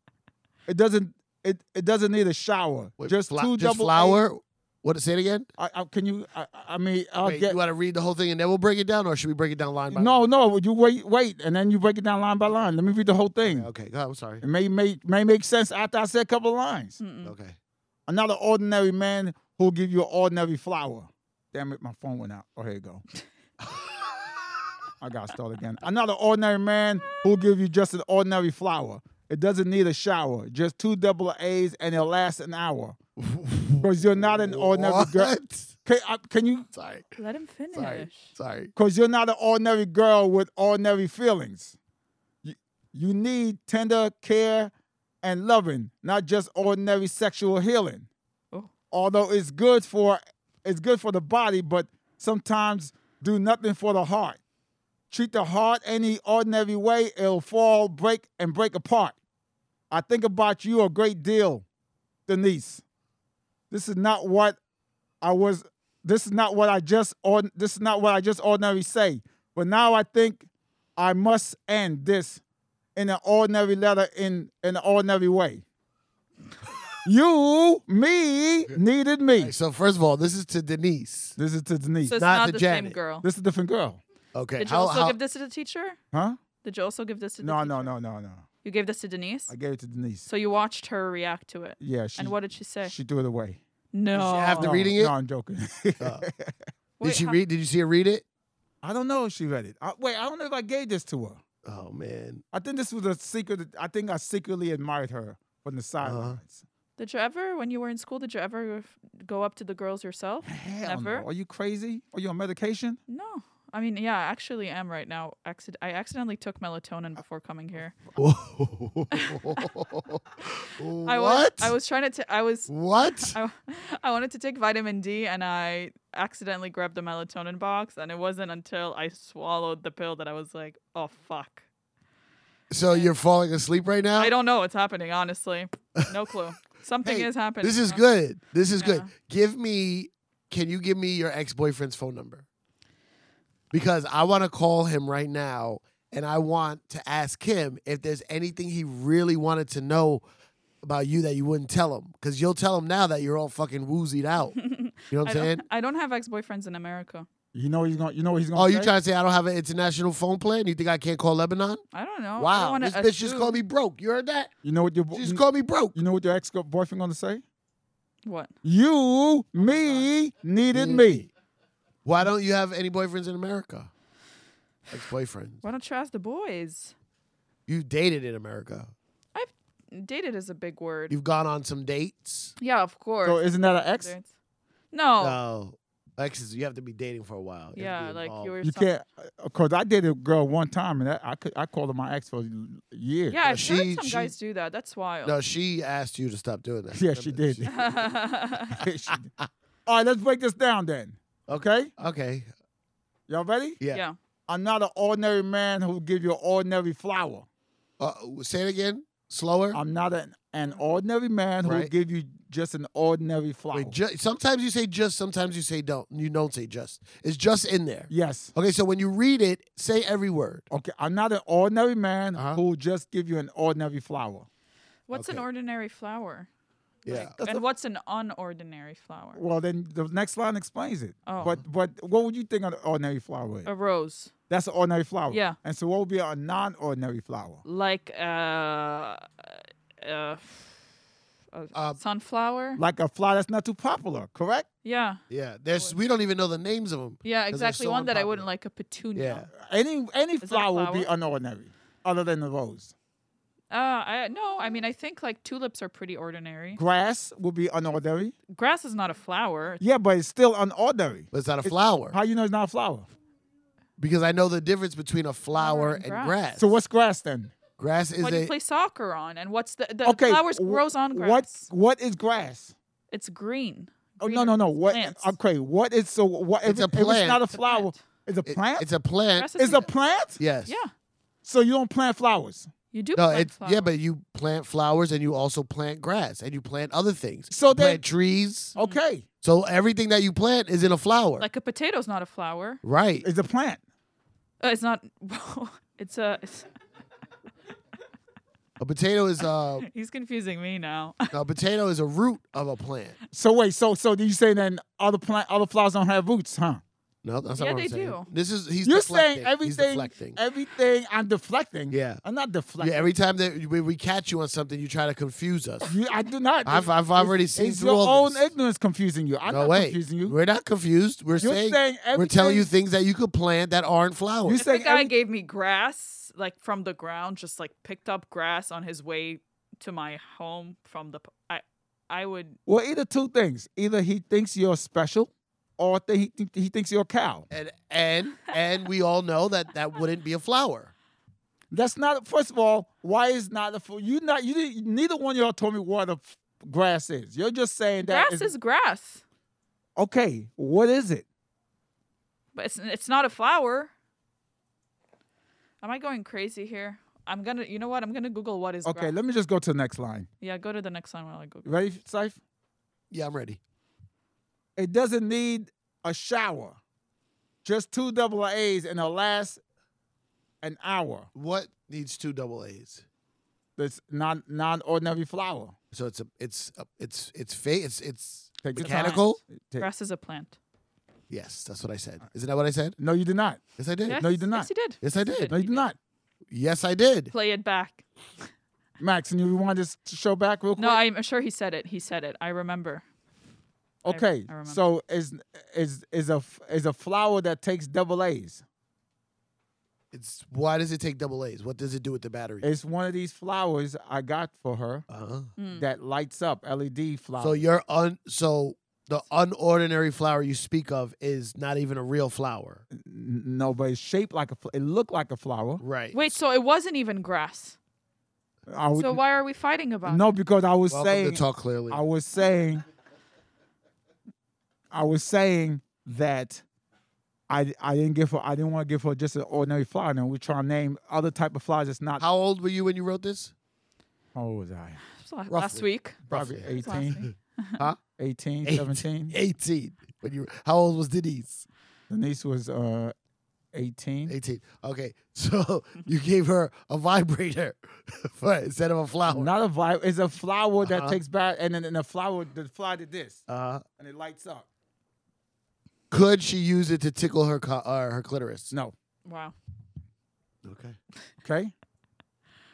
Speaker 3: It doesn't. It, it doesn't need a shower.
Speaker 2: Wait,
Speaker 3: just
Speaker 2: fla-
Speaker 3: two
Speaker 2: just
Speaker 3: double
Speaker 2: flour. What? Say it again.
Speaker 3: A- I, I, can you? I, I mean, I'll
Speaker 2: Wait,
Speaker 3: get.
Speaker 2: you want to read the whole thing and then we'll break it down, or should we break it down line by
Speaker 3: No,
Speaker 2: line?
Speaker 3: no. You wait, wait, and then you break it down line by line. Let me read the whole thing.
Speaker 2: Okay, God, I'm sorry.
Speaker 3: It may may may make sense after I say a couple of lines.
Speaker 2: Okay.
Speaker 3: I'm not an ordinary man who'll give you an ordinary flower. Damn it, my phone went out. Oh, here you go. I gotta start again. I'm not an ordinary man who'll give you just an ordinary flower. It doesn't need a shower, just two double A's and it'll last an hour. Because you're not an ordinary girl.
Speaker 2: What?
Speaker 3: Can, I- can you?
Speaker 2: Sorry,
Speaker 4: Let him finish.
Speaker 2: sorry, sorry.
Speaker 3: Because you're not an ordinary girl with ordinary feelings. You, you need tender care and loving, not just ordinary sexual healing.
Speaker 4: Oh.
Speaker 3: Although it's good for it's good for the body, but sometimes do nothing for the heart. Treat the heart any ordinary way, it'll fall, break, and break apart. I think about you a great deal, Denise. This is not what I was. This is not what I just. Or, this is not what I just ordinarily say. But now I think I must end this in an ordinary letter in an ordinary way. you, me, needed me.
Speaker 2: Hey, So first of all, this is to Denise.
Speaker 3: This is to Denise.
Speaker 4: So it's
Speaker 2: Not
Speaker 4: not,
Speaker 2: the
Speaker 4: the
Speaker 2: Janet.
Speaker 4: same girl.
Speaker 3: This is a different girl,
Speaker 2: Okay.
Speaker 4: Did you also give this to the teacher?
Speaker 3: huh?
Speaker 4: Did you also give this to the
Speaker 3: No,
Speaker 4: teacher?
Speaker 3: no, no, no, no.
Speaker 4: You gave this to Denise.
Speaker 3: I gave it to Denise.
Speaker 4: So you watched her react to it.
Speaker 3: yeah, she.
Speaker 4: and what did she say?
Speaker 3: She threw it away.
Speaker 4: no.
Speaker 2: after
Speaker 3: no,
Speaker 2: reading it? Uh.
Speaker 3: No, I'm joking.
Speaker 2: did
Speaker 4: [laughs] Wait,
Speaker 2: she
Speaker 4: how-
Speaker 2: read? Did you see her read it?
Speaker 3: [laughs] I don't know if she read it. I, wait, I don't know if I gave this to her.
Speaker 2: Oh
Speaker 4: [laughs]
Speaker 2: man.
Speaker 3: I think this was a secret. I think I secretly admired her from the sidelines.
Speaker 2: Uh-huh.
Speaker 4: Did you ever, when you were in school, did you ever f- go up to the girls yourself?
Speaker 3: Hell
Speaker 4: Never.
Speaker 3: no. Are you crazy? Are you on medication?
Speaker 4: No. I mean, yeah, I actually am right now. Accid- I accidentally took melatonin before coming here. I
Speaker 2: [laughs] what?
Speaker 4: Was, I was trying to. T- I was.
Speaker 2: what?
Speaker 4: [laughs] I, I wanted to take vitamin D, and I accidentally grabbed the melatonin box. And it wasn't until I swallowed the pill that I was like, "Oh fuck."
Speaker 2: so you're falling asleep right now?
Speaker 4: I don't know what's happening, honestly.
Speaker 2: [laughs]
Speaker 4: No clue. Something
Speaker 2: Hey,
Speaker 4: is happening.
Speaker 2: This is
Speaker 4: Uh,
Speaker 2: good. This is good.
Speaker 4: Yeah.
Speaker 2: Give me. Can you give me your ex boyfriend's phone number? Because I want to call him right now, and I want to ask him if there's anything he really wanted to know about you that you wouldn't tell him. Because you'll tell him now that you're all fucking woozied
Speaker 4: [laughs]
Speaker 2: out. You know what
Speaker 4: I
Speaker 2: I'm
Speaker 4: don't, [laughs]
Speaker 2: saying?
Speaker 4: I don't have ex boyfriends in America.
Speaker 3: You know he's gonna. You know what he's gonna.
Speaker 2: Oh, you
Speaker 3: say?
Speaker 2: trying to say I don't have an international phone plan? You think I can't call Lebanon?
Speaker 4: I don't know. I don't
Speaker 2: wow,
Speaker 4: wanna
Speaker 2: this bitch just
Speaker 4: assume-
Speaker 2: called me broke. You heard that?
Speaker 3: You know what your. bo-
Speaker 2: She
Speaker 3: you,
Speaker 2: just called me broke.
Speaker 3: you know what your ex boyfriend gonna say?
Speaker 4: What?
Speaker 3: You, me, needed me.
Speaker 2: Why don't you have any boyfriends in America? Ex boyfriends.
Speaker 4: Why don't you ask the boys?
Speaker 2: You dated in America.
Speaker 4: I've dated is a big word.
Speaker 2: You've gone on some dates.
Speaker 4: yeah, of course.
Speaker 3: So isn't that an ex?
Speaker 4: No,
Speaker 2: No. Exes, you have to be dating for a while. You have to
Speaker 4: Oh. yeah,
Speaker 2: be
Speaker 4: like
Speaker 2: involved.
Speaker 4: you were.
Speaker 3: You
Speaker 4: some-
Speaker 3: can't, because I dated a girl one time and I, I could I called her my ex for years.
Speaker 4: Yeah, I've
Speaker 2: she-
Speaker 4: heard some
Speaker 2: she-
Speaker 4: guys do that. That's wild. [laughs]
Speaker 2: No, she asked you to stop doing that.
Speaker 3: Yeah, she did. [laughs] She- All right, let's break this down then. Okay,
Speaker 2: Okay.
Speaker 3: y'all ready?
Speaker 2: Yeah.
Speaker 4: yeah.
Speaker 3: I'm not an ordinary man who will give you an ordinary flower.
Speaker 2: Uh, say it again. Slower.
Speaker 3: I'm not an, an ordinary man who will
Speaker 2: Right.
Speaker 3: give you just an ordinary flower.
Speaker 2: Wait, ju- sometimes you say just, sometimes you say don't. You don't say just. It's just in there.
Speaker 3: yes.
Speaker 2: Okay, so when you read it, say every word.
Speaker 3: Okay, I'm not an ordinary man
Speaker 2: Uh-huh.
Speaker 3: who will just give you an ordinary flower.
Speaker 4: What's an
Speaker 2: Okay.
Speaker 4: ordinary flower?
Speaker 2: Yeah.
Speaker 4: and what's an unordinary flower?
Speaker 3: Well, then the next line explains it.
Speaker 4: Oh.
Speaker 3: But but what would you think an ordinary flower is?
Speaker 4: A rose,
Speaker 3: That's an ordinary flower.
Speaker 4: Yeah.
Speaker 3: And so what would be a non-ordinary flower?
Speaker 4: like uh, uh, a
Speaker 2: Uh,
Speaker 4: sunflower.
Speaker 3: Like a flower that's not too popular, correct?
Speaker 4: yeah,
Speaker 2: Yeah. There's we don't even know the names of them.
Speaker 4: yeah,
Speaker 2: 'cause they're
Speaker 4: exactly.
Speaker 2: so
Speaker 4: One that I wouldn't
Speaker 2: unpopular.
Speaker 4: like a
Speaker 2: Yeah.
Speaker 4: petunia.
Speaker 3: Any any
Speaker 4: that a
Speaker 3: flower, would be
Speaker 4: flower?
Speaker 3: unordinary, other than the rose.
Speaker 4: Uh, I no, I mean I think like tulips are pretty ordinary.
Speaker 3: Grass would be unordinary.
Speaker 4: Grass is not a flower.
Speaker 3: Yeah, but it's still unordinary.
Speaker 2: But it's not a flower
Speaker 3: How you know it's not a flower?
Speaker 2: because I know the difference between a flower and grass.
Speaker 3: So what's grass then?
Speaker 2: grass is
Speaker 4: What do you
Speaker 2: a
Speaker 4: play soccer on? And what's the the
Speaker 3: okay,
Speaker 4: flowers
Speaker 3: wh-
Speaker 4: grows on grass?
Speaker 3: What what is grass?
Speaker 4: It's green.
Speaker 3: Oh no
Speaker 4: Greener
Speaker 3: no no!
Speaker 4: than
Speaker 3: What?
Speaker 4: plants.
Speaker 3: Okay, what is so? What if,
Speaker 2: It's a
Speaker 3: it- if it's
Speaker 2: plant.
Speaker 3: not a
Speaker 2: It's
Speaker 4: a
Speaker 3: flower?
Speaker 4: plant.
Speaker 3: It's a
Speaker 2: it-
Speaker 3: plant.
Speaker 2: it's a plant.
Speaker 4: Grass
Speaker 3: It's
Speaker 4: isn't
Speaker 3: a plant.
Speaker 2: yes.
Speaker 4: Yeah,
Speaker 3: So you don't plant flowers.
Speaker 4: you do.
Speaker 2: No,
Speaker 4: plant
Speaker 2: it yeah,
Speaker 4: flowers.
Speaker 2: but you plant flowers and you also plant grass and you plant other things.
Speaker 3: So
Speaker 2: you
Speaker 3: then-
Speaker 2: plant trees.
Speaker 4: Mm-hmm.
Speaker 3: Okay,
Speaker 2: So everything that you plant is in a flower.
Speaker 4: like a potato's not a flower.
Speaker 2: right.
Speaker 3: it's a plant.
Speaker 4: Uh, it's not. [laughs] it's a. It's,
Speaker 2: A potato is
Speaker 3: [laughs]
Speaker 2: a
Speaker 4: he's confusing me [laughs] now.
Speaker 2: a potato is a root of a plant.
Speaker 3: So wait, so so do you say then other plant other flowers don't have roots, huh?
Speaker 2: No, that's not
Speaker 4: Yeah,
Speaker 2: what I'm
Speaker 4: they
Speaker 2: saying.
Speaker 4: do.
Speaker 2: This is he's
Speaker 3: You're
Speaker 2: deflecting.
Speaker 3: saying
Speaker 2: He's
Speaker 3: everything,
Speaker 2: deflecting.
Speaker 3: everything. I'm deflecting.
Speaker 2: Yeah.
Speaker 3: I'm not deflecting.
Speaker 2: Yeah, every time that we, we catch you on something, you try to confuse us.
Speaker 3: You- I do not.
Speaker 2: I've- I've already
Speaker 3: it's,
Speaker 2: seen
Speaker 3: It's
Speaker 2: through
Speaker 3: your
Speaker 2: all
Speaker 3: own
Speaker 2: this.
Speaker 3: ignorance confusing you. I'm
Speaker 2: no
Speaker 3: not
Speaker 2: way.
Speaker 3: confusing you.
Speaker 2: We're not confused. We're
Speaker 3: You're
Speaker 2: saying,
Speaker 3: saying
Speaker 2: we're telling you
Speaker 3: everything-
Speaker 2: things that you could plant that aren't flowers.
Speaker 3: You
Speaker 4: the
Speaker 3: saying
Speaker 4: guy
Speaker 3: every-
Speaker 4: gave me grass, like from the ground, just like picked up grass on his way to my home from the. p- I, I would.
Speaker 3: Well, either two things. Either he thinks you're special, or th- he th- he thinks you're a cow.
Speaker 2: and and and we all know that that wouldn't be a flower.
Speaker 3: That's not. First of all, why is not a fool? You not. You didn't, neither one of y'all told me what the f- grass is. You're just saying that.
Speaker 4: grass
Speaker 3: it's-
Speaker 4: is grass,
Speaker 3: okay. What is it?
Speaker 4: but it's it's not a flower. Am I going crazy here? I'm gonna. You know what? I'm gonna Google what is.
Speaker 3: Okay,
Speaker 4: Grass.
Speaker 3: let me just go to the next line.
Speaker 4: yeah, go to the next line while I Google.
Speaker 3: Ready, Saif?
Speaker 2: Yeah, I'm ready.
Speaker 3: It doesn't need a shower. Just two double A's and it'll last an hour.
Speaker 2: What needs two double A's?
Speaker 3: That's non non ordinary flower.
Speaker 2: So it's a it's a, it's it's fa- it's it's
Speaker 3: Take your time.
Speaker 2: mechanical.
Speaker 3: Take-
Speaker 4: Grass is a plant.
Speaker 2: Yes, that's what I said. Isn't that what I said?
Speaker 3: No, you did not.
Speaker 2: Yes, I did.
Speaker 4: Yes,
Speaker 3: No, you did
Speaker 4: Yes,
Speaker 3: not.
Speaker 4: you did.
Speaker 2: Yes, I did.
Speaker 3: No, you did not.
Speaker 2: Yes, I did.
Speaker 4: Play it back.
Speaker 3: Max, and you want this to show back real quick?
Speaker 4: No, I'm sure he said it. He said it. I remember. I-
Speaker 3: okay.
Speaker 4: I remember.
Speaker 3: so is is is a f- is a flower that takes double A's.
Speaker 2: It's why does it take double A's? What does it do with the battery?
Speaker 3: It's one of these flowers I got for her
Speaker 2: Uh-huh.
Speaker 4: Mm.
Speaker 3: that lights up E LED flower.
Speaker 2: So you're un so the unordinary flower you speak of is not even a real flower.
Speaker 3: N- no, but it's shaped like a. fl- It looked like a flower.
Speaker 2: Right.
Speaker 4: Wait, so it wasn't even grass.
Speaker 3: I would,
Speaker 4: So why are we fighting about
Speaker 3: no,
Speaker 4: it?
Speaker 3: because I was
Speaker 2: Welcome
Speaker 3: saying
Speaker 2: to talk clearly.
Speaker 3: I was saying, I was saying that I I didn't give her I didn't want to give her just an ordinary flower. And we're trying to name other type of flowers. It's not.
Speaker 2: How old were you when you wrote this?
Speaker 3: How old was I?
Speaker 4: So la-
Speaker 2: Roughly.
Speaker 4: Last week.
Speaker 3: Probably
Speaker 2: Roughly.
Speaker 3: 18,
Speaker 2: Huh?
Speaker 3: 18,
Speaker 2: Eight-
Speaker 3: 17.
Speaker 2: 18. When you how old was Denise?
Speaker 3: Denise was uh, 18.
Speaker 2: 18. Okay. [laughs] So you gave her a vibrator [laughs] for, instead of a flower.
Speaker 3: Not a vibe. It's a flower that
Speaker 2: Uh-huh.
Speaker 3: takes back, and then and a flower. The flower did this,
Speaker 2: uh,
Speaker 3: and it lights up.
Speaker 2: could she use it to tickle her co- uh, her clitoris?
Speaker 3: No,
Speaker 2: [laughs]
Speaker 4: Wow.
Speaker 2: Okay.
Speaker 3: okay.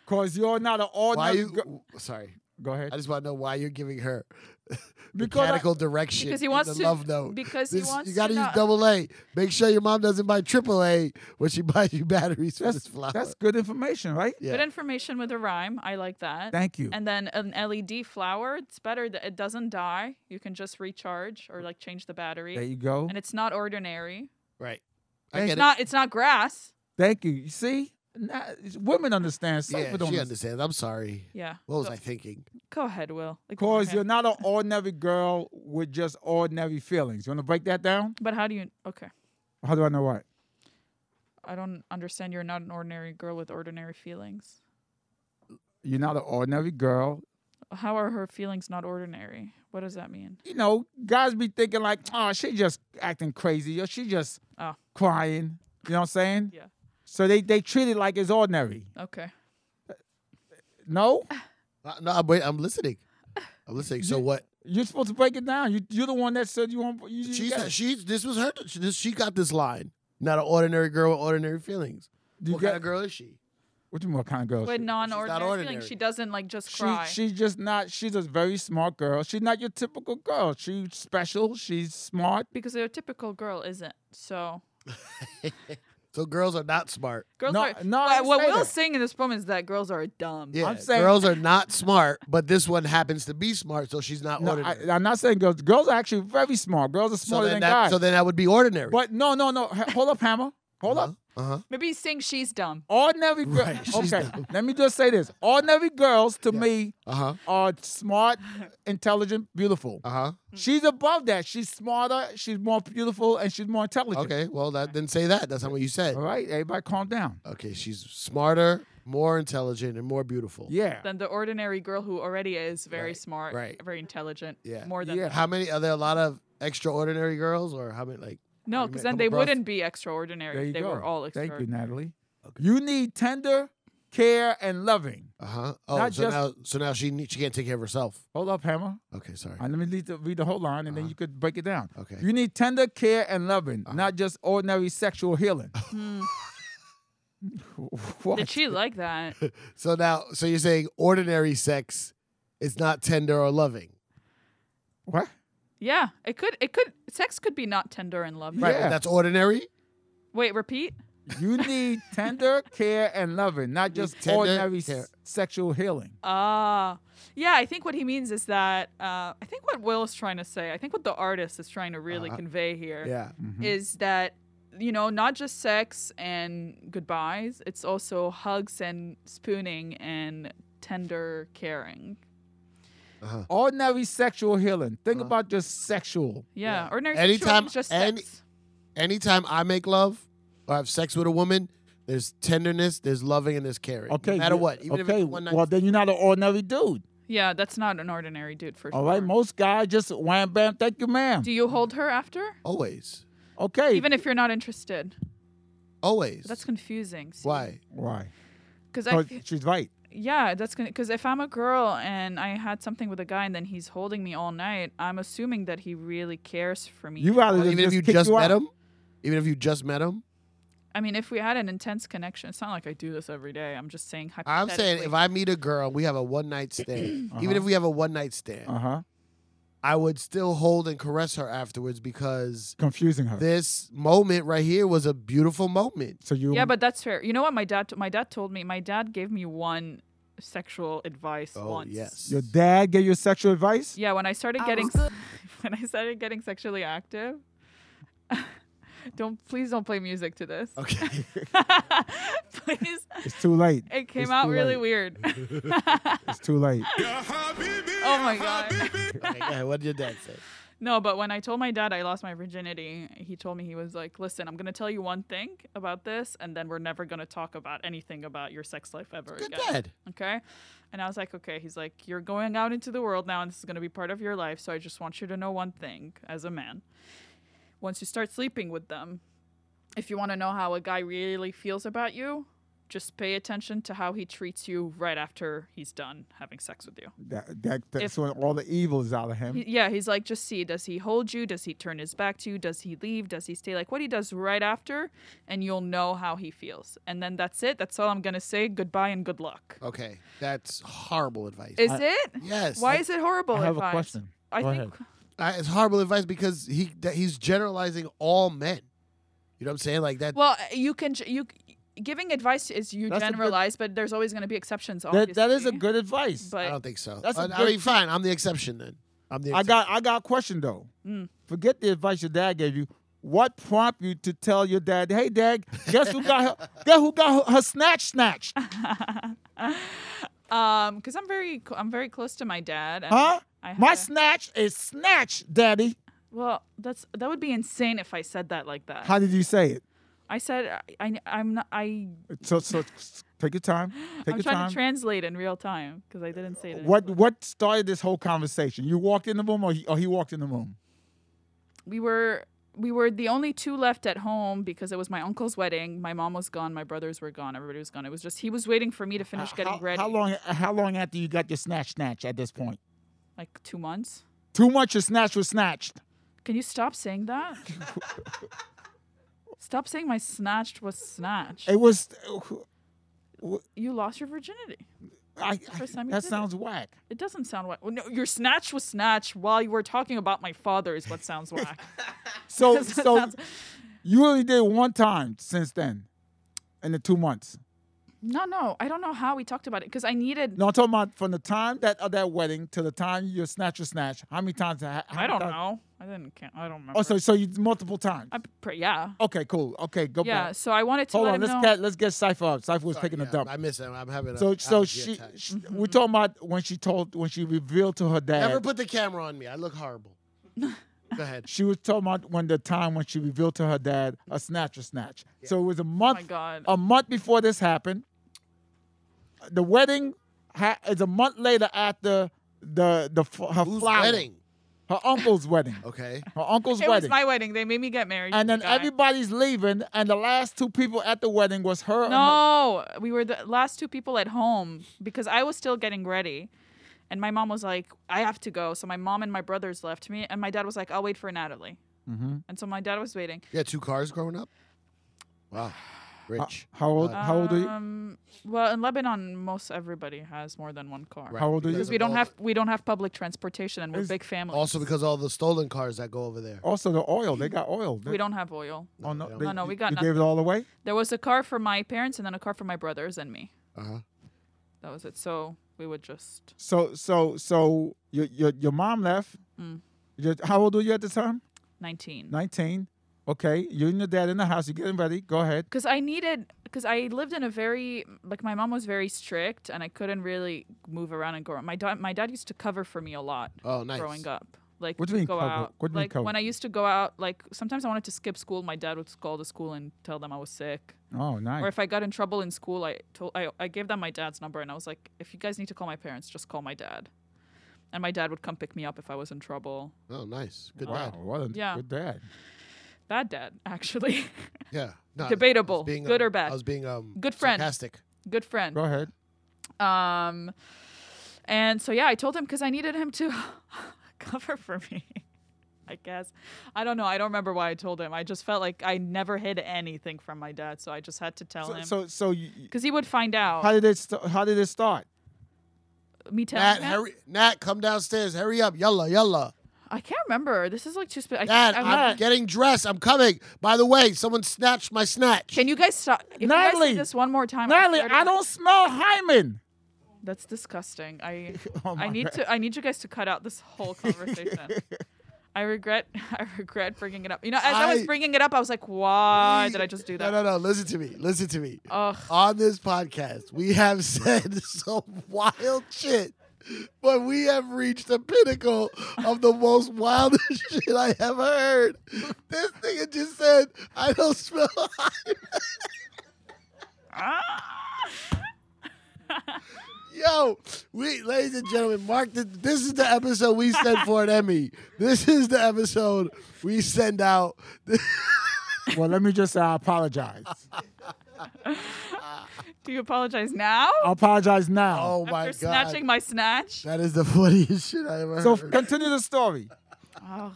Speaker 3: Cause you're not an
Speaker 2: Why
Speaker 3: ordinary.
Speaker 2: you
Speaker 3: gir-
Speaker 2: sorry.
Speaker 3: Go ahead.
Speaker 2: I just want to know why you're giving her [laughs]
Speaker 3: Because I-
Speaker 2: mechanical direction.
Speaker 4: because he
Speaker 2: in
Speaker 4: wants
Speaker 2: the
Speaker 4: to-
Speaker 2: love note.
Speaker 4: because he wants
Speaker 2: You
Speaker 4: to
Speaker 2: gotta use
Speaker 4: not-
Speaker 2: double A. Make sure your mom doesn't buy triple A when she [laughs] buys you batteries for
Speaker 3: That's
Speaker 2: this flower.
Speaker 3: that's good information, right?
Speaker 2: yeah.
Speaker 4: Good information with a rhyme. I like that.
Speaker 3: Thank you.
Speaker 4: And then an LED flower. It's better that it doesn't die. You can just recharge or like change the battery.
Speaker 3: there you go.
Speaker 4: and it's not ordinary.
Speaker 2: right. I
Speaker 3: Thank
Speaker 2: get
Speaker 4: It's
Speaker 2: it.
Speaker 4: not. It's not grass.
Speaker 3: Thank you. You see, Nah, it's- women understand. Some
Speaker 2: yeah, she
Speaker 3: people don't.
Speaker 2: understands.
Speaker 3: understand.
Speaker 2: I'm sorry.
Speaker 4: Yeah.
Speaker 2: What was
Speaker 4: go,
Speaker 2: I thinking?
Speaker 4: Go ahead, Will. Ignore
Speaker 3: Because you're
Speaker 4: him.
Speaker 3: not an ordinary girl with just ordinary feelings. You want to break that down?
Speaker 4: But how do you? Okay.
Speaker 3: How do I know what?
Speaker 4: I don't understand. You're not an ordinary girl with ordinary feelings.
Speaker 3: You're not an ordinary girl.
Speaker 4: How are her feelings not ordinary? What does that mean?
Speaker 3: You know, guys be thinking like, oh, she just acting crazy or she just
Speaker 4: Oh.
Speaker 3: crying. You know what I'm saying?
Speaker 4: Yeah.
Speaker 3: So they, they treat it like it's ordinary.
Speaker 4: Okay.
Speaker 3: No?
Speaker 2: Uh, No, I'm, wait, I'm listening. I'm listening. So what?
Speaker 3: You're supposed to break it down. You, you're the one that said you want. You, you
Speaker 2: She's
Speaker 3: got-
Speaker 2: not, she's this was her. She, this, she got this line. Not an ordinary girl with ordinary feelings.
Speaker 3: you
Speaker 2: what
Speaker 3: got-
Speaker 2: kind of girl is she?
Speaker 3: What do you mean? What kind of girl?
Speaker 4: With
Speaker 3: she-
Speaker 4: non-ordinary feelings,
Speaker 2: ordinary.
Speaker 4: she doesn't like just
Speaker 3: She,
Speaker 4: cry.
Speaker 3: she's just not. She's a very smart girl. She's not your typical girl. She's special. She's smart.
Speaker 4: because a typical girl isn't. So
Speaker 2: So girls are not smart.
Speaker 4: girls
Speaker 3: No,
Speaker 4: are.
Speaker 3: no, I
Speaker 4: what,
Speaker 3: didn't
Speaker 4: what
Speaker 3: say
Speaker 4: Will's
Speaker 3: that.
Speaker 4: saying in this poem is that girls are dumb.
Speaker 2: Yeah,
Speaker 3: I'm saying-
Speaker 2: girls are not smart, but this one happens to be smart, so she's not
Speaker 3: No,
Speaker 2: ordinary.
Speaker 3: I, am not saying girls. Girls are actually very smart. Girls are
Speaker 2: so
Speaker 3: smarter
Speaker 2: then
Speaker 3: than
Speaker 2: that
Speaker 3: guys.
Speaker 2: so then that would be ordinary.
Speaker 3: but no, no, no. H- Hold up, Hammer. Hold up.
Speaker 2: Uh huh.
Speaker 4: Maybe he's saying she's dumb.
Speaker 3: Ordinary girls.
Speaker 2: Uh-huh. Right, she's
Speaker 3: okay.
Speaker 2: dumb.
Speaker 3: Let me just say this. Ordinary girls, to me,
Speaker 2: Uh huh.
Speaker 3: are smart, intelligent, beautiful.
Speaker 2: Uh
Speaker 3: [laughs]
Speaker 2: huh.
Speaker 3: She's above that. She's smarter. She's more beautiful, and she's more intelligent.
Speaker 2: Okay. Well, that then say that. That's not what you said.
Speaker 3: All right. Everybody, calm down.
Speaker 2: Okay. She's smarter, more intelligent, and more beautiful.
Speaker 3: Yeah.
Speaker 4: Than the ordinary girl who already is very
Speaker 2: Right,
Speaker 4: smart,
Speaker 2: right.
Speaker 4: very intelligent.
Speaker 2: Yeah.
Speaker 4: More than
Speaker 3: Yeah.
Speaker 2: How many are there? A lot of extraordinary girls, or how many like?
Speaker 4: no,
Speaker 2: Like, man,
Speaker 4: because then
Speaker 2: come
Speaker 4: they
Speaker 2: across-
Speaker 4: wouldn't be extraordinary. They were all
Speaker 3: Thank you,
Speaker 4: extraordinary.
Speaker 3: Natalie. You need tender care and loving.
Speaker 2: Uh huh. Oh,
Speaker 3: Not
Speaker 2: so
Speaker 3: just-
Speaker 2: now so now she ne- she can't take care of herself.
Speaker 3: Hold up, Hammer.
Speaker 2: Okay. Sorry.
Speaker 3: And let me read the, read the whole line, and then you could break it down.
Speaker 2: Uh-huh. Okay. Uh-huh.
Speaker 3: You need tender care and loving, not just ordinary
Speaker 2: [laughs]
Speaker 3: sexual healing.
Speaker 4: Hmm.
Speaker 3: what?
Speaker 4: Did she
Speaker 3: [laughs]
Speaker 4: like that?
Speaker 2: So now so you're saying ordinary sex is not tender or loving.
Speaker 3: what?
Speaker 4: yeah, it could. It could. Sex could be not tender and loving.
Speaker 2: Right. but
Speaker 3: Yeah.
Speaker 2: That's ordinary.
Speaker 4: Wait, repeat.
Speaker 3: You need
Speaker 4: [laughs]
Speaker 3: tender care and loving, not just
Speaker 2: tender
Speaker 3: ordinary s-
Speaker 2: care.
Speaker 3: sexual healing.
Speaker 4: Ah, yeah. I think what he means is that uh, I think what Will is trying to say. I think what the artist is trying to really convey here is
Speaker 2: Yeah.
Speaker 3: Mm.
Speaker 4: that you know not just sex and goodbyes. It's also hugs and spooning and tender caring.
Speaker 3: Ordinary sexual healing. Think
Speaker 2: Uh-huh.
Speaker 3: about just sexual.
Speaker 4: Yeah, ordinary.
Speaker 2: Anytime-
Speaker 4: Anytime, just
Speaker 2: any-
Speaker 4: sex.
Speaker 2: Anytime I make love or have sex with a woman, there's tenderness, there's loving, and there's caring.
Speaker 3: Okay.
Speaker 2: No matter
Speaker 3: you-
Speaker 2: what, even if
Speaker 3: okay.
Speaker 2: it's one night.
Speaker 3: well, then you're not an ordinary dude.
Speaker 4: Yeah, that's not an ordinary dude for
Speaker 3: All
Speaker 4: sure.
Speaker 3: right. Most guys just wham bam. Thank you, ma'am.
Speaker 4: Do you hold her after,
Speaker 2: always,
Speaker 3: okay.
Speaker 4: even if you're not interested?
Speaker 2: always.
Speaker 4: That's confusing. see?
Speaker 2: why.
Speaker 3: Why?
Speaker 4: Because
Speaker 3: Oh,
Speaker 4: I, fe-
Speaker 3: she's right.
Speaker 4: yeah, that's because if I'm a girl and I had something with a guy and then he's holding me all night, I'm assuming that he really cares for me.
Speaker 3: You rather
Speaker 2: Well,
Speaker 3: than
Speaker 2: even if
Speaker 3: just
Speaker 2: you
Speaker 3: kick
Speaker 2: just
Speaker 3: you
Speaker 2: met
Speaker 3: out.
Speaker 2: him, even if you just met him,
Speaker 4: I mean, if we had an intense connection, it's not like I do this every day. I'm just saying.
Speaker 2: I'm saying if
Speaker 4: hypothetically.
Speaker 2: I meet a girl, we have a one night
Speaker 3: [clears throat]
Speaker 2: stand. Even
Speaker 3: Uh-huh.
Speaker 2: if we have a one night stand,
Speaker 3: Uh huh.
Speaker 2: I would still hold and caress her afterwards because
Speaker 3: Confusing her.
Speaker 2: this moment right here was a beautiful moment.
Speaker 3: so you.
Speaker 4: Yeah, but that's fair. You know what my dad? my dad told me. My dad gave me one sexual advice
Speaker 2: Oh
Speaker 4: once.
Speaker 2: yes,
Speaker 3: your
Speaker 2: [laughs]
Speaker 3: dad gave you sexual advice.
Speaker 4: Yeah, when I started
Speaker 6: I
Speaker 4: getting
Speaker 6: was good.
Speaker 4: [laughs] when I started getting sexually active. [laughs] don't please don't play music to this.
Speaker 2: [laughs] okay.
Speaker 4: [laughs] please.
Speaker 3: It's too late.
Speaker 4: It came
Speaker 3: It's
Speaker 4: out
Speaker 3: too
Speaker 4: really
Speaker 3: late.
Speaker 4: weird.
Speaker 3: It's too
Speaker 4: [laughs]
Speaker 3: late.
Speaker 5: Ya Habibi,
Speaker 4: Oh my
Speaker 5: ya
Speaker 4: God.
Speaker 5: Habibi.
Speaker 2: okay go ahead. What did your dad say?
Speaker 4: no, but when I told my dad I lost my virginity, he told me he was like, "Listen, I'm going to tell you one thing about this and then we're never going to talk about anything about your sex life ever
Speaker 2: Good
Speaker 4: again."
Speaker 2: dad.
Speaker 4: Okay? And I was like, "Okay." He's like, "You're going out into the world now and this is going to be part of your life, so I just want you to know one thing as a man. Once you start sleeping with them, if you want to know how a guy really feels about you, just pay attention to how he treats you right after he's done having sex with you.
Speaker 3: That, that, that's
Speaker 4: If-
Speaker 3: when all the evil is out of him.
Speaker 4: He- yeah, he's like, just see, does he hold you? Does he turn his back to you? Does he leave? Does he stay? Like what he does right after, and you'll know how he feels. And then that's it. That's all I'm gonna say. Goodbye and good luck.
Speaker 2: Okay, that's horrible advice.
Speaker 4: Is it?
Speaker 2: yes.
Speaker 4: Why is it horrible?
Speaker 3: I have a
Speaker 4: advice?
Speaker 3: question.
Speaker 4: I
Speaker 3: Go
Speaker 4: think
Speaker 3: ahead.
Speaker 2: I, it's horrible advice because he that he's generalizing all men. You know what I'm saying? Like that.
Speaker 4: Well, you can j- you giving advice is you
Speaker 3: That's a good-
Speaker 4: generalize, but there's always going to be exceptions. Obviously,
Speaker 3: That, that is a good advice.
Speaker 4: [laughs] But
Speaker 2: I don't think so.
Speaker 3: That's a
Speaker 2: I, I
Speaker 3: good-
Speaker 2: mean, fine. I'm the exception then. I'm the.
Speaker 3: I
Speaker 2: Exception.
Speaker 3: got I got a question though.
Speaker 4: Mm.
Speaker 3: Forget the advice your dad gave you. What prompt you to tell your dad, hey dad, guess who got
Speaker 4: [laughs]
Speaker 3: her guess who got her, her snatch snatched?
Speaker 4: [laughs] um, because I'm very co- I'm very close to my dad. And
Speaker 3: Huh?
Speaker 4: I had
Speaker 3: My
Speaker 4: a-
Speaker 3: snatch is snatch, daddy.
Speaker 4: well, that's that would be insane if I said that like that.
Speaker 3: How did you say it?
Speaker 4: I said I, I I'm not I.
Speaker 3: So so s- take your time. Take
Speaker 4: I'm
Speaker 3: your
Speaker 4: trying
Speaker 3: time.
Speaker 4: to translate in real time because I didn't say it. in
Speaker 3: what
Speaker 4: English.
Speaker 3: what started this whole conversation? You walked in the room or he, or he walked in the room?
Speaker 4: we were we were the only two left at home because it was my uncle's wedding. My mom was gone. My brothers were gone. Everybody was gone. It was just he was waiting for me to finish
Speaker 3: How-
Speaker 4: getting
Speaker 3: how,
Speaker 4: ready.
Speaker 3: How long how long after you got your snatch snatch at this point?
Speaker 4: Like two months.
Speaker 3: Too much your snatch was snatched.
Speaker 4: Can you stop
Speaker 3: [laughs]
Speaker 4: saying that? stop saying my snatched was snatched.
Speaker 3: It was
Speaker 4: you lost your virginity.
Speaker 3: I, I,
Speaker 4: First time you
Speaker 3: that
Speaker 4: did it.
Speaker 3: sounds [laughs] whack.
Speaker 4: It doesn't sound whack. Well, no, your snatch was snatched while you were talking about my father is what
Speaker 3: [laughs]
Speaker 4: sounds whack.
Speaker 3: So
Speaker 4: That
Speaker 3: so
Speaker 4: sounds-
Speaker 3: you only did it one time since then, in the two months.
Speaker 4: no, no, I don't know how we talked about it because I needed.
Speaker 3: No, I'm talking about from the time that of that wedding to the time your snatch was snatch. How many times? ha- How
Speaker 4: I don't
Speaker 3: many times-
Speaker 4: know. I didn't. Can't, I don't remember.
Speaker 3: Oh, so so you multiple times.
Speaker 4: I pre- yeah,
Speaker 3: okay, cool. Okay, go
Speaker 4: yeah.
Speaker 3: back.
Speaker 4: So I wanted to
Speaker 3: Hold
Speaker 4: let
Speaker 3: on.
Speaker 4: him
Speaker 3: Let's
Speaker 4: know.
Speaker 3: get let's get Cipher up. Cipher was
Speaker 2: Sorry,
Speaker 3: taking a
Speaker 2: yeah,
Speaker 3: dump.
Speaker 2: I miss him. I'm having a.
Speaker 3: So so
Speaker 2: allergy
Speaker 3: she,
Speaker 2: attack.
Speaker 3: she-
Speaker 4: Mm-hmm.
Speaker 3: we're talking about when she told when she revealed to her dad.
Speaker 2: Never put the camera on me. I look
Speaker 4: [laughs]
Speaker 2: horrible. Go ahead.
Speaker 3: she was talking about when the time when she revealed to her dad a snatch or snatch. So it was a
Speaker 4: Oh
Speaker 3: month.
Speaker 4: my god.
Speaker 3: a month before this happened. The wedding ha- is a month later after the the f- her
Speaker 2: Who's
Speaker 3: flower,
Speaker 2: wedding?
Speaker 3: her uncle's wedding,
Speaker 2: Okay.
Speaker 3: her uncle's
Speaker 4: it was
Speaker 3: wedding,
Speaker 4: my wedding. They made me get married.
Speaker 3: and
Speaker 4: to
Speaker 3: then
Speaker 4: the
Speaker 3: [laughs]
Speaker 4: guy.
Speaker 3: everybody's leaving, and the last two people at the wedding was her.
Speaker 4: No, we were the last two people at home because I was still getting ready. And my mom was like, I have to go. So my mom and my brothers left me. And my dad was like, I'll wait for Natalie.
Speaker 3: hmm
Speaker 4: And so my dad was waiting.
Speaker 2: Yeah, two cars growing up. Wow. Rich.
Speaker 3: How old? how old are you?
Speaker 4: Um, well, in Lebanon, most everybody has more than one car.
Speaker 2: Right,
Speaker 3: how old are you?
Speaker 2: because
Speaker 4: Because we
Speaker 2: of
Speaker 4: don't
Speaker 2: all
Speaker 4: have we don't have public transportation and we're
Speaker 3: Is-
Speaker 4: big
Speaker 2: the-
Speaker 4: families.
Speaker 2: Also, because all the stolen cars that go over there.
Speaker 3: Also, the oil. They got oil. They,
Speaker 4: we don't have oil.
Speaker 3: Oh no!
Speaker 2: No,
Speaker 3: they-
Speaker 4: no, no, we
Speaker 3: you-
Speaker 4: got
Speaker 3: You gave it all away.
Speaker 4: There was a car for my parents and then a car for my brothers and me.
Speaker 2: Uh-huh.
Speaker 4: That was it. So we would just
Speaker 3: So so so your your your mom left.
Speaker 4: Mm.
Speaker 3: Your- how old were you at the time?
Speaker 4: 19.
Speaker 3: Nineteen. Okay, you and your dad in the house. You're getting ready. Go ahead.
Speaker 4: because I needed because I lived in a very like my mom was very strict and I couldn't really move around and go. My dad my dad used to cover for me a lot
Speaker 2: Oh, nice.
Speaker 4: growing up. Like
Speaker 3: What do you
Speaker 4: we'd
Speaker 3: mean
Speaker 4: go
Speaker 3: cover?
Speaker 4: out.
Speaker 3: What do you mean
Speaker 4: like
Speaker 3: cover?
Speaker 4: when I used to go out, like sometimes I wanted to skip school. My dad would call the school and tell them I was sick,
Speaker 3: Oh, nice.
Speaker 4: or if I got in trouble in school, I told I, I gave them my dad's number and I was like, if you guys need to call my parents, just call my dad. And my dad would come pick me up if I was in trouble.
Speaker 2: Oh, nice. Good
Speaker 3: wow,
Speaker 2: dad.
Speaker 3: what a
Speaker 4: Yeah.
Speaker 3: good dad.
Speaker 4: Bad dad, [laughs] actually.
Speaker 2: Yeah. No, I was- I was
Speaker 4: Debatable.
Speaker 2: being,
Speaker 4: Good
Speaker 2: um,
Speaker 4: or bad?
Speaker 2: I was being um.
Speaker 4: Good friend.
Speaker 2: Sarcastic.
Speaker 4: Good friend.
Speaker 3: Go ahead.
Speaker 4: Um, and so yeah, I told him because I needed him to [laughs] cover for me. [laughs] I guess I don't know. I don't remember why I told him. I just felt like I never hid anything from my dad, so I just had to tell
Speaker 3: So,
Speaker 4: him
Speaker 3: so, so you,
Speaker 4: because he would find
Speaker 3: how
Speaker 4: out.
Speaker 3: did it? St- how did it start?
Speaker 4: Me telling
Speaker 2: Nat,
Speaker 4: him,
Speaker 2: hurry, Nat, come downstairs. Hurry up. Yalla, yalla.
Speaker 4: I can't remember. This is like too. Sp- I,
Speaker 2: Dad,
Speaker 4: I
Speaker 2: I'm
Speaker 4: remember-
Speaker 2: getting dressed. I'm coming. By the way, someone snatched my snatch.
Speaker 4: Can you guys stop? If you guys
Speaker 3: Natalie!
Speaker 4: do this one more time, I
Speaker 3: Natalie,
Speaker 4: swear to
Speaker 3: I
Speaker 4: God-
Speaker 3: don't smell hymen.
Speaker 4: That's disgusting.
Speaker 2: [laughs]
Speaker 4: I
Speaker 3: Oh
Speaker 4: I
Speaker 3: my
Speaker 4: need
Speaker 3: God.
Speaker 4: to I need you guys to cut out this
Speaker 2: [laughs]
Speaker 4: whole conversation. I regret [laughs] I regret bringing it up. You know, as I, was
Speaker 2: I-
Speaker 4: bringing it up, I was like, why did I
Speaker 2: [laughs]
Speaker 4: just do that? Oh,
Speaker 2: No, no, no. Listen to me. Listen to me.
Speaker 4: Ugh.
Speaker 2: On this podcast, we have [laughs] said some wild shit, but we have reached the pinnacle of the most wildest [laughs] shit I have heard. This nigga just said, I don't smell [laughs] hymen." Yo, we, ladies and gentlemen, mark the, this is the episode we send for an Emmy. This is the episode we send out.
Speaker 3: well, let me just say I apologize.
Speaker 4: Do you apologize now?
Speaker 3: I apologize now.
Speaker 2: Oh my
Speaker 4: After
Speaker 2: god.
Speaker 4: snatching my snatch?
Speaker 2: that is the funniest shit I ever
Speaker 3: So
Speaker 2: heard.
Speaker 3: continue the story.
Speaker 4: Ugh.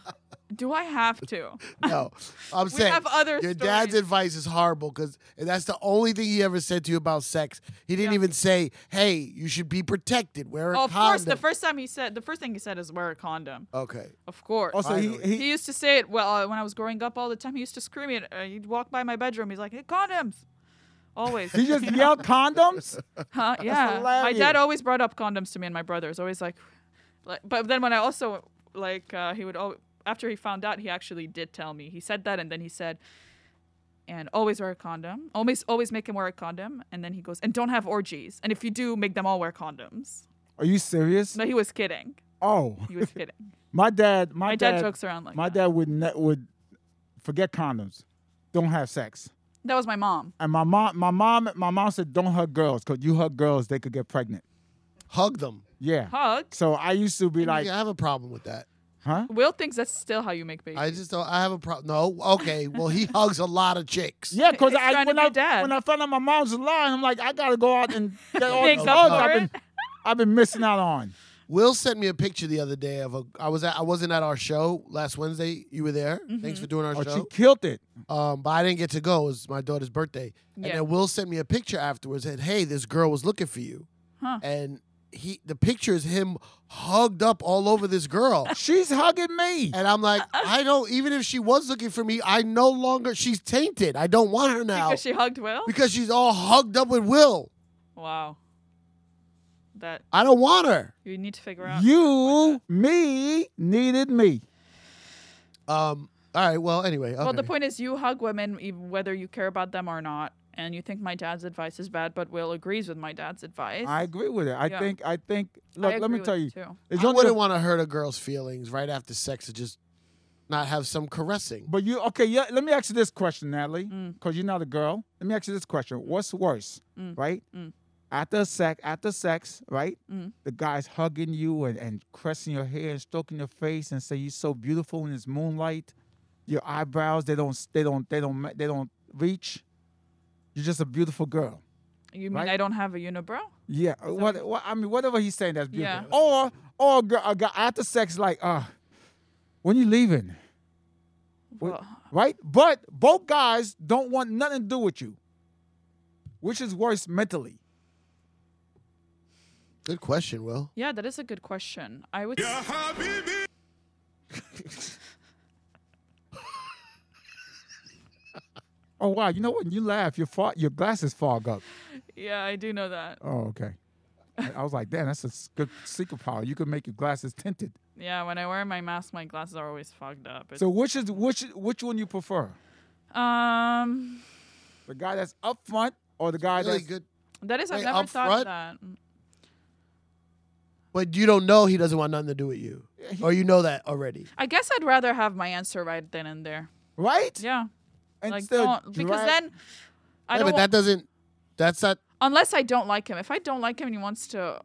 Speaker 4: do I have
Speaker 2: [laughs]
Speaker 4: to?
Speaker 2: No, I'm saying
Speaker 4: have other
Speaker 2: your dad's
Speaker 4: stories.
Speaker 2: advice is horrible because that's the only thing he ever said to you about sex. He didn't
Speaker 4: Yeah.
Speaker 2: even say, "Hey, you should be protected. Wear a
Speaker 4: Oh, of
Speaker 2: condom."
Speaker 4: course. The first time he said, the first thing he said is wear a condom.
Speaker 2: okay,
Speaker 4: Of course.
Speaker 2: Oh,
Speaker 3: Also, he,
Speaker 2: Finally.
Speaker 4: he
Speaker 3: he
Speaker 4: used to say it well uh, when I was growing up all the time. He used to scream it. Uh, he'd walk by my bedroom. He's like, "Hey, condoms!" Always.
Speaker 3: he
Speaker 4: [laughs]
Speaker 3: just yelled condoms.
Speaker 4: Huh? Uh, Yeah. My dad
Speaker 3: hilarious.
Speaker 4: always brought up condoms to me and my brothers. Always like, like but then when I also like uh, he would al- after he found out he actually did tell me. He said that and then he said and always wear a condom. Always always make him wear a condom and then he goes and don't have orgies. And if you do, make them all wear condoms.
Speaker 3: Are you serious?
Speaker 4: No, he was kidding.
Speaker 3: Oh, [laughs]
Speaker 4: He was kidding.
Speaker 3: my dad. My,
Speaker 4: my dad, jokes around like
Speaker 3: My
Speaker 4: that.
Speaker 3: dad would ne- would forget condoms, don't have sex,
Speaker 4: That was my mom.
Speaker 3: and my mom. My mom. My mom said, "Don't hug girls, cause you hug girls, they could get pregnant."
Speaker 2: hug them.
Speaker 3: Yeah.
Speaker 4: Hug.
Speaker 3: So I used to be like,
Speaker 2: yeah, I have a problem with that.
Speaker 3: huh?
Speaker 4: Will thinks that's still how you make babies.
Speaker 2: I just don't. I have a problem. No, okay. Well,
Speaker 4: [laughs]
Speaker 2: he hugs a lot of chicks.
Speaker 3: Yeah, because
Speaker 4: He's
Speaker 3: I
Speaker 4: trying to
Speaker 3: when
Speaker 4: be
Speaker 3: I
Speaker 4: dad.
Speaker 3: when I found out my mom's lying, I'm like, I gotta go out
Speaker 4: [laughs]
Speaker 3: and get all
Speaker 4: Make
Speaker 3: these girls
Speaker 4: up for
Speaker 3: I've
Speaker 4: it.
Speaker 3: been I've been missing out on.
Speaker 2: Will sent me a picture the other day of a. I was at. I wasn't at our show last Wednesday. You were there.
Speaker 4: Mm-hmm.
Speaker 2: Thanks for doing our
Speaker 3: Oh, she
Speaker 2: show.
Speaker 3: killed it.
Speaker 2: um, but I didn't get to go. It was my daughter's birthday. And
Speaker 4: Yeah.
Speaker 2: then Will sent me a picture afterwards. Said, "Hey, this girl was looking for you."
Speaker 4: Huh.
Speaker 2: And he, the picture is him hugged up all over this girl.
Speaker 4: [laughs]
Speaker 3: She's hugging me.
Speaker 2: and I'm like, I don't. Even if she was looking for me, I no longer. She's tainted. I don't want her now
Speaker 4: because she hugged Will.
Speaker 2: because she's all hugged up with Will.
Speaker 4: Wow. That
Speaker 2: I don't want her.
Speaker 4: you need to figure out.
Speaker 3: You, me, needed me.
Speaker 2: Um. All right. Well. Anyway.
Speaker 4: Well, the
Speaker 2: okay.
Speaker 4: point is, you hug women ev- whether you care about them or not, and you think my dad's advice is bad, but Will agrees with my dad's advice.
Speaker 3: I agree with it. I
Speaker 4: Yeah.
Speaker 3: think I think look, let
Speaker 4: agree
Speaker 3: me
Speaker 4: with
Speaker 3: tell
Speaker 4: it
Speaker 3: you.
Speaker 4: too.
Speaker 3: It's
Speaker 2: I
Speaker 3: only
Speaker 2: wouldn't
Speaker 3: a-
Speaker 2: want to hurt a girl's feelings right after sex to just not have some caressing.
Speaker 3: But you okay? Yeah. Let me ask you this question, Natalie, because you're not a girl. Let me ask you this question: What's worse, right? After sex, after sex, right? The guy's hugging you and, and caressing your hair and stroking your face and say you're so beautiful in this moonlight. Your eyebrows they don't they don't they don't ma- they don't reach. You're just a beautiful girl.
Speaker 4: You mean
Speaker 3: right?
Speaker 4: I don't have a unibrow?
Speaker 3: Yeah. uh, What, what I mean, whatever he's saying, that's beautiful.
Speaker 4: Yeah.
Speaker 3: Or or a girl, a guy after sex, like, uh, when you leaving? Wh-
Speaker 4: Well,
Speaker 3: right? But both guys don't want nothing to do with you, which is worse mentally.
Speaker 2: Good question, Will.
Speaker 4: yeah, that is a good question. I would.
Speaker 5: Ya Habibi,
Speaker 3: Oh wow! You know what? You laugh. Your fog, your glasses fog up.
Speaker 4: Yeah, I do know that.
Speaker 3: Oh okay. I I was like, damn, that's a s- good secret power. You can make your glasses tinted.
Speaker 4: Yeah, when I wear my mask, my glasses are always fogged up. It's-
Speaker 3: So which is which? Which one you prefer?
Speaker 4: um,
Speaker 3: The guy that's up front or the guy
Speaker 2: Really
Speaker 3: that's
Speaker 2: good.
Speaker 4: that is I've
Speaker 2: Wait,
Speaker 4: never
Speaker 2: up
Speaker 4: thought of
Speaker 2: front?
Speaker 4: that.
Speaker 2: But you don't know he doesn't want nothing to do with you, or you know that already.
Speaker 4: I guess I'd rather have my answer right then and there.
Speaker 3: right?
Speaker 4: Yeah,
Speaker 3: And
Speaker 4: like
Speaker 3: still
Speaker 4: don't because
Speaker 3: drag-
Speaker 4: then I
Speaker 2: yeah,
Speaker 4: don't.
Speaker 2: but
Speaker 4: wa-
Speaker 2: that doesn't. That's not.
Speaker 4: unless I don't like him. If I don't like him and he wants to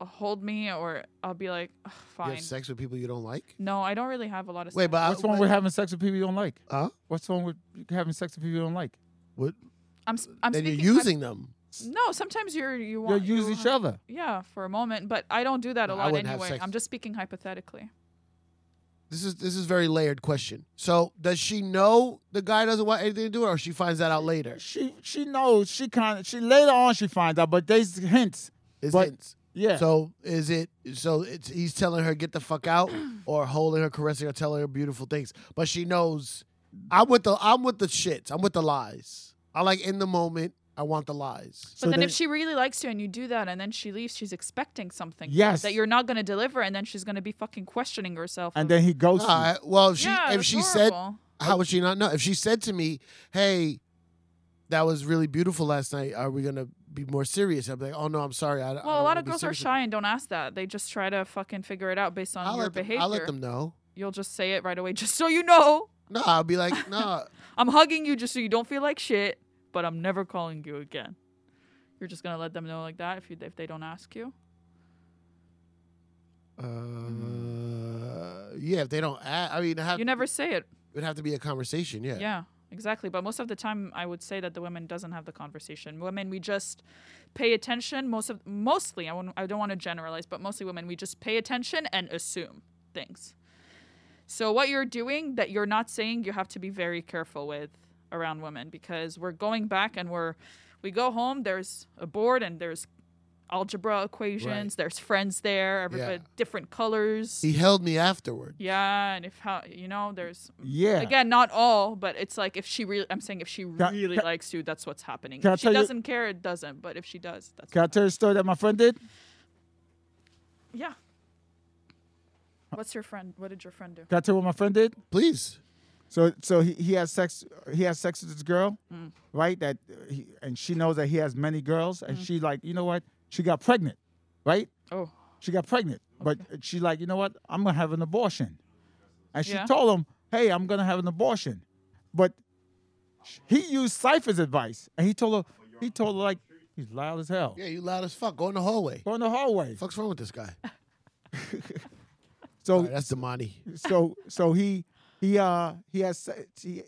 Speaker 4: uh, hold me, or I'll be like, "Ugh,
Speaker 2: You
Speaker 4: fine.
Speaker 2: have sex with people you don't like.
Speaker 4: No, I don't really have a lot of.
Speaker 2: Wait,
Speaker 4: sex.
Speaker 2: but I-
Speaker 3: what's wrong with having sex with people you don't like?
Speaker 2: Huh?
Speaker 3: What's wrong with having sex with people you don't like?
Speaker 2: What?
Speaker 4: I'm. s- I'm
Speaker 2: Then you're
Speaker 4: speaking- I'm-
Speaker 2: using them.
Speaker 4: no, sometimes you're you
Speaker 3: You'll
Speaker 4: want
Speaker 3: use
Speaker 4: you
Speaker 3: each
Speaker 4: ha-
Speaker 3: other.
Speaker 4: Yeah, for a moment, but I don't do that
Speaker 2: No,
Speaker 4: a
Speaker 2: I
Speaker 4: lot
Speaker 2: wouldn't have
Speaker 4: anyway.
Speaker 2: sex.
Speaker 4: I'm just speaking hypothetically.
Speaker 2: This is this is very layered question. So does she know the guy doesn't want anything to do with her, or she finds that out later?
Speaker 3: She she knows. She kind of she later on she finds out, but there's hints.
Speaker 2: Is
Speaker 3: But-
Speaker 2: it-
Speaker 3: Yeah.
Speaker 2: So is it? So it's he's telling her get the fuck
Speaker 4: [clears throat]
Speaker 2: out, or holding her, caressing her, telling her beautiful things. But she knows. I'm with the I'm with the shits. I'm with the lies. I like in the moment. I want the lies.
Speaker 4: But
Speaker 3: So
Speaker 4: then,
Speaker 3: then-
Speaker 4: if she really likes you and you do that, and then she leaves, she's expecting something.
Speaker 3: Yes.
Speaker 4: That you're not gonna deliver, and then she's gonna be fucking questioning herself.
Speaker 3: and
Speaker 4: of-
Speaker 3: then he goes.
Speaker 2: All right, Uh, well, if she
Speaker 4: yeah,
Speaker 2: if
Speaker 4: that's
Speaker 2: she said
Speaker 4: horrible.
Speaker 2: how would she not know? If she said to me, "Hey, that was really beautiful last night. Are we gonna be more serious?" I'd be like, "Oh no, I'm sorry. I,
Speaker 4: Well, a lot of girls are shy and don't ask that. They just try to fucking figure it out based on
Speaker 2: I'll
Speaker 4: your
Speaker 2: let, them,
Speaker 4: behavior.
Speaker 2: I'll let them know.
Speaker 4: You'll just say it right away, [laughs] just so you know.
Speaker 2: No, I'll be like, no, uh,
Speaker 4: I'm hugging you just so you don't feel like shit, but I'm never calling you again. You're just gonna let them know like that if you if they don't ask you.
Speaker 2: uh, yeah. If they don't, a I I mean, it have,
Speaker 4: You never say it.
Speaker 2: it would have to be a conversation. Yeah.
Speaker 4: Yeah, exactly. But most of the time, I would say that the women doesn't have the conversation. Women, we just pay attention. Most of mostly, I, won't, I don't want to generalize, but mostly women, we just pay attention and assume things. So what you're doing that you're not saying, you have to be very careful with around women because we're going back and we're we go home. There's a board and there's algebra equations. There's friends there. Everybody different colors.
Speaker 2: He held me afterward.
Speaker 4: Yeah, and if how you know, there's
Speaker 3: Yeah.
Speaker 4: again not all, but it's like if she really, I'm saying if she
Speaker 3: Ca-
Speaker 4: really
Speaker 3: ca-
Speaker 4: likes you, that's what's happening.
Speaker 3: Can I
Speaker 4: If she
Speaker 3: tell you-
Speaker 4: doesn't care, it doesn't. But if she does, that's
Speaker 3: Can I tell you a story that my friend did?
Speaker 4: yeah. What's your friend? What did your friend do?
Speaker 3: Can I tell you what my friend did?
Speaker 2: Please.
Speaker 3: So so he, he has sex he has sex with this girl,
Speaker 4: Mm.
Speaker 3: right? That uh, he, and she knows that he has many girls,
Speaker 4: Mm.
Speaker 3: and she like you know what? She got pregnant, right?
Speaker 4: Oh,
Speaker 3: She got pregnant, but she like you know what? I'm gonna have an abortion, and she
Speaker 4: Yeah.
Speaker 3: told him, "Hey, I'm gonna have an abortion," but sh- he used Cypher's advice, and he told her he told her like he's loud as hell.
Speaker 2: Yeah, you loud as fuck. Go in the hallway.
Speaker 3: Go in the hallway.
Speaker 2: fuck's wrong with this
Speaker 4: [laughs]
Speaker 2: guy?
Speaker 3: So
Speaker 2: All right, that's Damani.
Speaker 3: so so he he uh he has se- he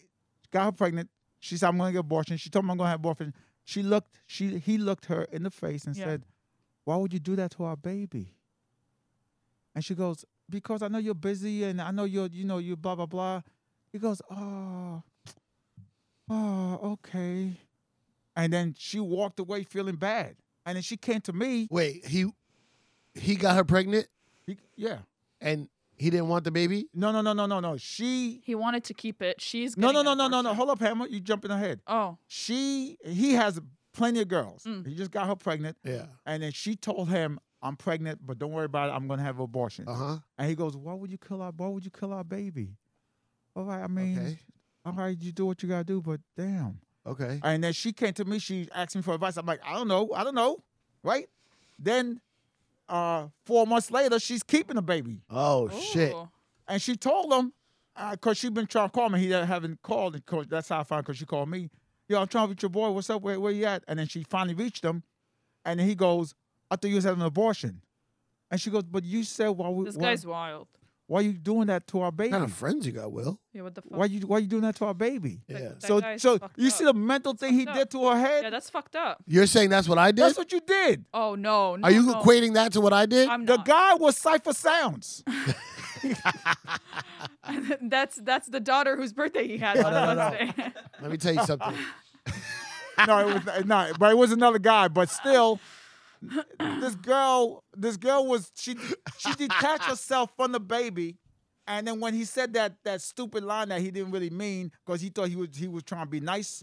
Speaker 3: got her pregnant. She said, "I'm going to get abortion." She told him, "I'm going to have abortion." She looked she he looked her in the face and
Speaker 4: Yeah.
Speaker 3: said, "Why would you do that to our baby?" And she goes, "Because I know you're busy and I know you're you know you blah blah blah." He goes, "Oh, oh, okay," and then she walked away feeling bad. And then she came to me.
Speaker 2: Wait, he he got her pregnant
Speaker 3: He, yeah,
Speaker 2: and he didn't want the baby?
Speaker 3: no, no, no, no, no, no. She
Speaker 4: he wanted to keep it. She's
Speaker 3: no, no,
Speaker 4: getting
Speaker 3: no,
Speaker 4: an
Speaker 3: no, no, no.
Speaker 4: abortion.
Speaker 3: Hold up, Hammer. You jumping ahead.
Speaker 4: Oh,
Speaker 3: she he has plenty of girls. He just got her pregnant.
Speaker 2: Yeah.
Speaker 3: And then she told him, I'm pregnant, but don't worry about it. I'm gonna have an abortion.
Speaker 2: Uh-huh.
Speaker 3: And he goes, Why would you kill our why would you kill our baby? All right, I mean
Speaker 2: Okay.
Speaker 3: all right, you do what you gotta do, but damn.
Speaker 2: Okay.
Speaker 3: And then she came to me, she asked me for advice. I'm like, I don't know, I don't know. Right? Then uh four months later, she's keeping the baby.
Speaker 2: Oh shit.
Speaker 4: Ooh.
Speaker 3: And she told him, because she been trying to call me. He haven't called. And 'cause that's how I found because she called me. Yo, I'm trying to reach your boy. What's up? Where, where you at? And then she finally reached him. And then he goes, I thought you was having an abortion. And she goes, but you said, why, we,
Speaker 4: this
Speaker 3: why,
Speaker 4: guy's wild.
Speaker 3: why you doing that to our
Speaker 2: What
Speaker 3: baby?
Speaker 2: kind of friends you got, Will?
Speaker 4: Yeah, what the fuck?
Speaker 3: Why you why you doing that to our baby?
Speaker 4: That-
Speaker 2: Yeah.
Speaker 4: that
Speaker 3: So
Speaker 4: guy's
Speaker 3: so
Speaker 4: fucked
Speaker 3: you
Speaker 4: up.
Speaker 3: see the mental thing he
Speaker 4: Fucked
Speaker 3: did
Speaker 4: up.
Speaker 3: to her head?
Speaker 4: Yeah, that's fucked up.
Speaker 2: You're saying that's what I did?
Speaker 3: That's what you did.
Speaker 4: Oh no, no
Speaker 2: Are you
Speaker 4: no.
Speaker 2: equating that to what I did?
Speaker 4: I'm
Speaker 3: The
Speaker 4: not.
Speaker 3: guy was Cypher Sounds.
Speaker 4: [laughs] that's that's the daughter whose birthday he had on
Speaker 2: no, no.
Speaker 4: Wednesday.
Speaker 2: Let me tell you
Speaker 3: [laughs]
Speaker 2: something.
Speaker 3: no, it was not. But it was another guy. But still, this girl, this girl was she she detached herself from the baby, and then when he said that that stupid line that he didn't really mean because he thought he was he was trying to be nice,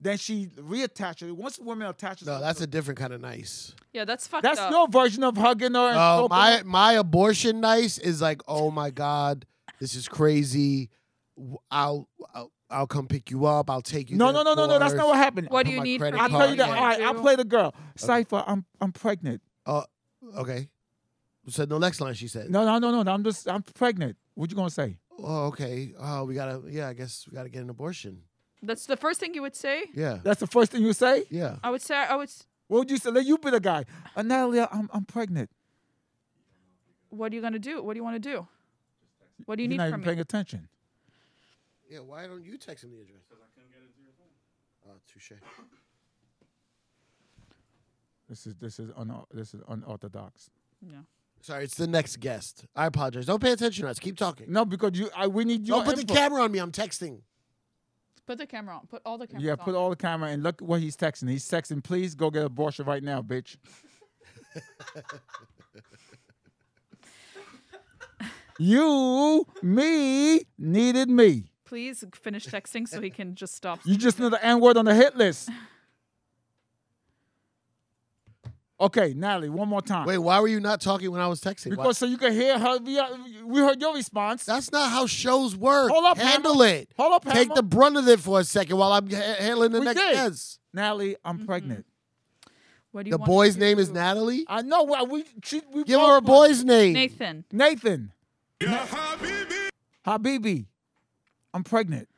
Speaker 3: then she reattached it. Once a woman attaches,
Speaker 2: No,
Speaker 3: herself
Speaker 2: that's
Speaker 3: to-
Speaker 2: a different kind of nice.
Speaker 4: [laughs] yeah, that's fucked
Speaker 3: that's
Speaker 4: up.
Speaker 3: your version of hugging her. And
Speaker 2: Oh,
Speaker 3: stroking
Speaker 2: my
Speaker 3: her.
Speaker 2: my abortion nice is like, oh my god, this is crazy. W- I'll I'll, I'll come pick you up. I'll take you.
Speaker 3: No,
Speaker 2: there,
Speaker 3: no,
Speaker 2: of
Speaker 3: no, no, no. That's not
Speaker 2: course.
Speaker 3: what happened.
Speaker 4: What do
Speaker 2: put
Speaker 4: you
Speaker 2: my
Speaker 4: need?
Speaker 2: credit
Speaker 4: from
Speaker 3: I
Speaker 2: I'll
Speaker 4: me?
Speaker 3: tell you that.
Speaker 2: Yeah.
Speaker 3: All right, I'll play the
Speaker 2: Oh.
Speaker 3: girl. Cipher, I'm I'm pregnant.
Speaker 2: Okay. So no next line she said.
Speaker 3: No, no, no, no. I'm just I'm pregnant. What you gonna say?
Speaker 2: Oh, okay. Oh, we gotta. Yeah, I guess we gotta get an abortion.
Speaker 4: That's the first thing you would say.
Speaker 2: Yeah.
Speaker 3: That's the first thing you say.
Speaker 2: Yeah.
Speaker 4: I would say I would. s-
Speaker 3: What would you say? Let you be the guy. Uh, Natalie, I'm, I'm pregnant.
Speaker 4: What are you gonna do? What do you want to do? What do you
Speaker 3: You're
Speaker 4: need
Speaker 3: not
Speaker 4: from
Speaker 3: even paying
Speaker 4: me?
Speaker 3: attention.
Speaker 2: Yeah. Why don't you text him the address? Because I couldn't get it to your phone. Oh, touche.
Speaker 3: This is this is un, this is unorthodox.
Speaker 4: Yeah.
Speaker 2: Sorry, it's the next guest. I apologize. Don't pay attention to us. Keep talking.
Speaker 3: No, because you I, we need your
Speaker 2: don't Oh, put the
Speaker 3: input.
Speaker 2: camera on me. I'm texting.
Speaker 4: Put the camera on. Put all the cameras
Speaker 3: Yeah,
Speaker 4: on.
Speaker 3: put all the camera and look what he's texting. He's texting, please go get abortion right now,
Speaker 4: [laughs]
Speaker 3: bitch. you, me, needed me.
Speaker 4: Please finish texting so he can just stop.
Speaker 3: [laughs] You just know the N word on the hit list. Okay, Natalie, one more time.
Speaker 2: Wait, why were you not talking when I was texting? Why-
Speaker 3: Ah. Because so you can hear her. We, we heard your response.
Speaker 2: That's not how shows work.
Speaker 3: Hold up,
Speaker 2: handle
Speaker 3: Hammer.
Speaker 2: it.
Speaker 3: Hold up,
Speaker 2: Take
Speaker 3: Hammer.
Speaker 2: the brunt of it for a second while I'm ha- handling the
Speaker 3: We
Speaker 2: next
Speaker 3: did.
Speaker 2: guest.
Speaker 3: Natalie, I'm pregnant.
Speaker 4: What do you
Speaker 2: The
Speaker 4: want me
Speaker 2: boy's
Speaker 4: to
Speaker 2: name is
Speaker 4: do?
Speaker 2: Natalie.
Speaker 3: I know. well, We she, we
Speaker 2: Give
Speaker 3: both
Speaker 2: her a
Speaker 3: want-
Speaker 2: boy's name.
Speaker 4: Nathan.
Speaker 3: Nathan, [laughs]
Speaker 5: Ya Habibi,
Speaker 3: Habibi, I'm pregnant.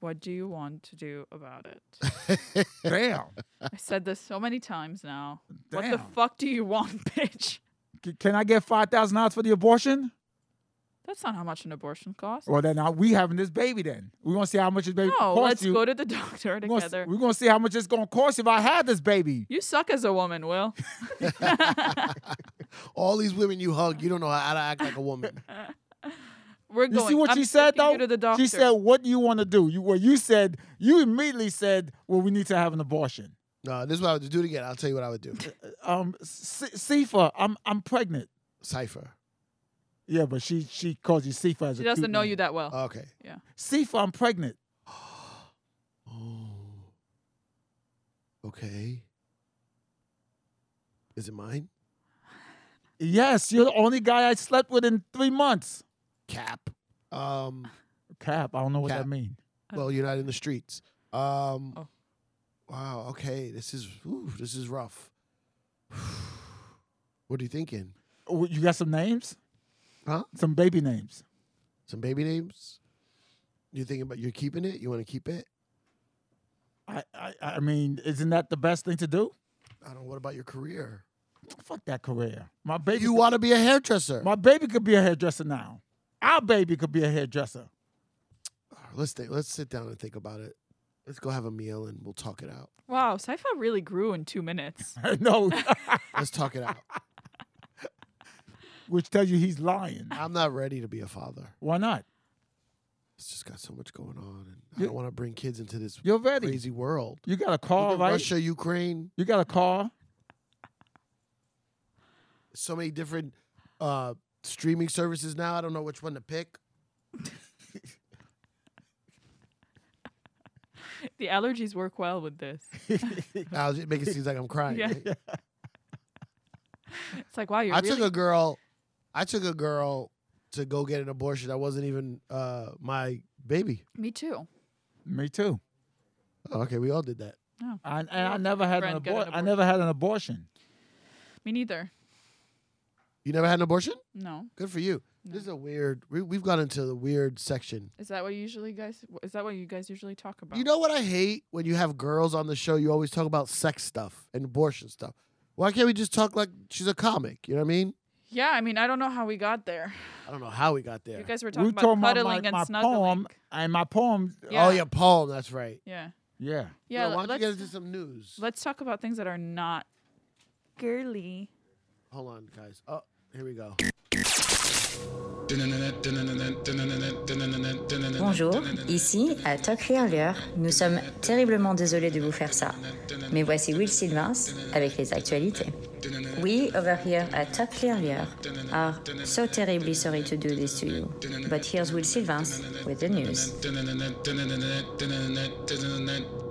Speaker 4: What do you want to do about it?
Speaker 3: Damn.
Speaker 4: I said this so many times now. What the
Speaker 3: Damn.
Speaker 4: fuck do you want, [laughs] bitch?
Speaker 3: C- Can I get five thousand dollars for the abortion?
Speaker 4: That's not how much an abortion costs.
Speaker 3: Well, then now we having this baby. Then we're gonna see how much this baby
Speaker 4: No,
Speaker 3: costs
Speaker 4: let's
Speaker 3: you.
Speaker 4: go to the [laughs] doctor
Speaker 3: we're, gonna,
Speaker 4: together.
Speaker 3: we're gonna see how much it's gonna cost you if I had this baby.
Speaker 4: You suck as a
Speaker 3: [laughs]
Speaker 4: woman, Will.
Speaker 2: [laughs]
Speaker 4: [laughs]
Speaker 2: All these women you hug, you don't know how to act like a woman. [laughs]
Speaker 4: We're
Speaker 3: You
Speaker 4: going.
Speaker 3: see what
Speaker 4: I'm
Speaker 3: she said
Speaker 4: taking
Speaker 3: though?
Speaker 4: you to the doctor.
Speaker 3: She said, "What do you want to do?" You well, you said you immediately said, "Well, we need to have an abortion."
Speaker 2: No, this is what I would do it again. I'll tell you what I would do.
Speaker 3: Um, C- Sifa, I'm I'm pregnant.
Speaker 2: Cipher.
Speaker 3: Yeah, but she she calls you Sifa as
Speaker 4: she
Speaker 3: a
Speaker 4: doesn't
Speaker 3: cute
Speaker 4: know
Speaker 3: name.
Speaker 4: you that well.
Speaker 2: Okay.
Speaker 3: Sifa, I'm pregnant.
Speaker 2: [gasps] Oh. Okay. Is it mine?
Speaker 3: Yes, you're the only guy I slept with in three months.
Speaker 2: Cap. Um.
Speaker 3: Cap, I don't know what
Speaker 2: Cap.
Speaker 3: that means.
Speaker 2: Well, you're not in the streets. Um.
Speaker 4: Oh.
Speaker 2: Wow. Okay. This is. Ooh, this is rough. [sighs] What are you thinking?
Speaker 3: Oh, You got some names?
Speaker 2: Huh?
Speaker 3: Some baby names.
Speaker 2: Some baby names. You thinking about? You're keeping it. You want to keep it?
Speaker 3: I, I I mean, isn't that the best thing to do?
Speaker 2: I don't. know. What about your career?
Speaker 3: Fuck that career. My baby,
Speaker 2: You
Speaker 3: could-
Speaker 2: want to be a hairdresser?
Speaker 3: my baby could be a hairdresser now. Our baby could be a hairdresser. [laughs]
Speaker 2: Let's think, let's sit down and think about it. Let's go have a meal and we'll talk it out.
Speaker 4: Wow, Saifa really grew in two minutes.
Speaker 3: no, [laughs]
Speaker 2: Let's talk it out.
Speaker 3: which tells you he's lying.
Speaker 2: I'm not ready to be a father.
Speaker 3: Why not?
Speaker 2: It's just got so much going on, and I
Speaker 3: You-
Speaker 2: don't want to bring kids into this
Speaker 3: You're ready.
Speaker 2: crazy world.
Speaker 3: You got a
Speaker 2: Look
Speaker 3: car,
Speaker 2: at
Speaker 3: right?
Speaker 2: Russia, Ukraine,
Speaker 3: You got a car.
Speaker 2: so many different uh, streaming services now. I don't know which one to pick.
Speaker 4: [laughs] the allergies work well
Speaker 3: [laughs]
Speaker 4: with this.
Speaker 2: I'll just make it seem like I'm crying.
Speaker 4: Yeah.
Speaker 2: right?
Speaker 4: It's like wow, you're
Speaker 2: I
Speaker 4: really
Speaker 2: took a girl. I took a girl to go get an abortion that wasn't even uh, my baby.
Speaker 4: Me too.
Speaker 3: Me too.
Speaker 2: Oh, okay, we all did that.
Speaker 3: I, and I never had an,
Speaker 4: Friend got
Speaker 3: abor-
Speaker 4: an
Speaker 3: I never had an abortion.
Speaker 4: Me neither.
Speaker 2: You never had an abortion?
Speaker 4: No.
Speaker 2: Good for you. This is a weird. We, we've gone into the weird section.
Speaker 4: Is that what you usually guys is that what you guys usually talk about?
Speaker 2: You know what I hate when you have girls on the show. You always talk about sex stuff and abortion stuff. Why can't we just talk like she's a comic? You know what I mean?
Speaker 4: Yeah, I mean, I don't know how we got there.
Speaker 2: I don't know how we got there.
Speaker 4: You guys were
Speaker 3: we
Speaker 4: talking
Speaker 3: were talking
Speaker 4: about cuddling
Speaker 3: about my,
Speaker 4: and
Speaker 3: my
Speaker 4: snuggling.
Speaker 3: poem, and my poem. uh,
Speaker 4: Yeah.
Speaker 2: Oh yeah, Paul. That's right.
Speaker 4: Yeah.
Speaker 3: Yeah.
Speaker 4: Yeah,
Speaker 2: Yo, why don't you
Speaker 4: let's,
Speaker 2: guys do some news?
Speaker 4: let's talk about things that are not girly.
Speaker 2: Hold on, guys. Oh, here we go.
Speaker 8: Bonjour, ici à Talk Earlier. Nous sommes terriblement désolés de vous faire ça. Mais voici Will Sylvains avec les actualités. We over here at Talk Earlier are so terribly sorry to do this to you. But here's Will Sylvains with the news.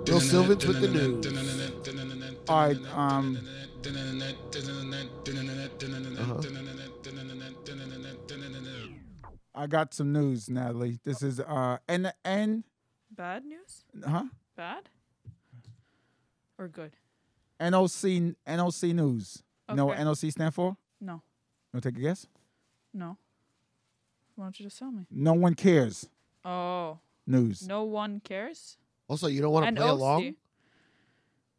Speaker 2: Bill Sylvans with the [laughs] news.
Speaker 3: All right. Um, I got some news, Natalie. This is uh N N
Speaker 4: Bad news?
Speaker 3: huh
Speaker 4: Bad? Or good?
Speaker 3: NOC NOC news. You know what
Speaker 4: Okay.
Speaker 3: NOC stand for?
Speaker 4: No.
Speaker 3: You want to take a guess?
Speaker 4: No. Why don't you just tell me?
Speaker 3: No one cares.
Speaker 4: Oh,
Speaker 3: News.
Speaker 4: no one cares?
Speaker 2: Also, you don't want to
Speaker 4: And
Speaker 2: play
Speaker 4: OC.
Speaker 2: along. You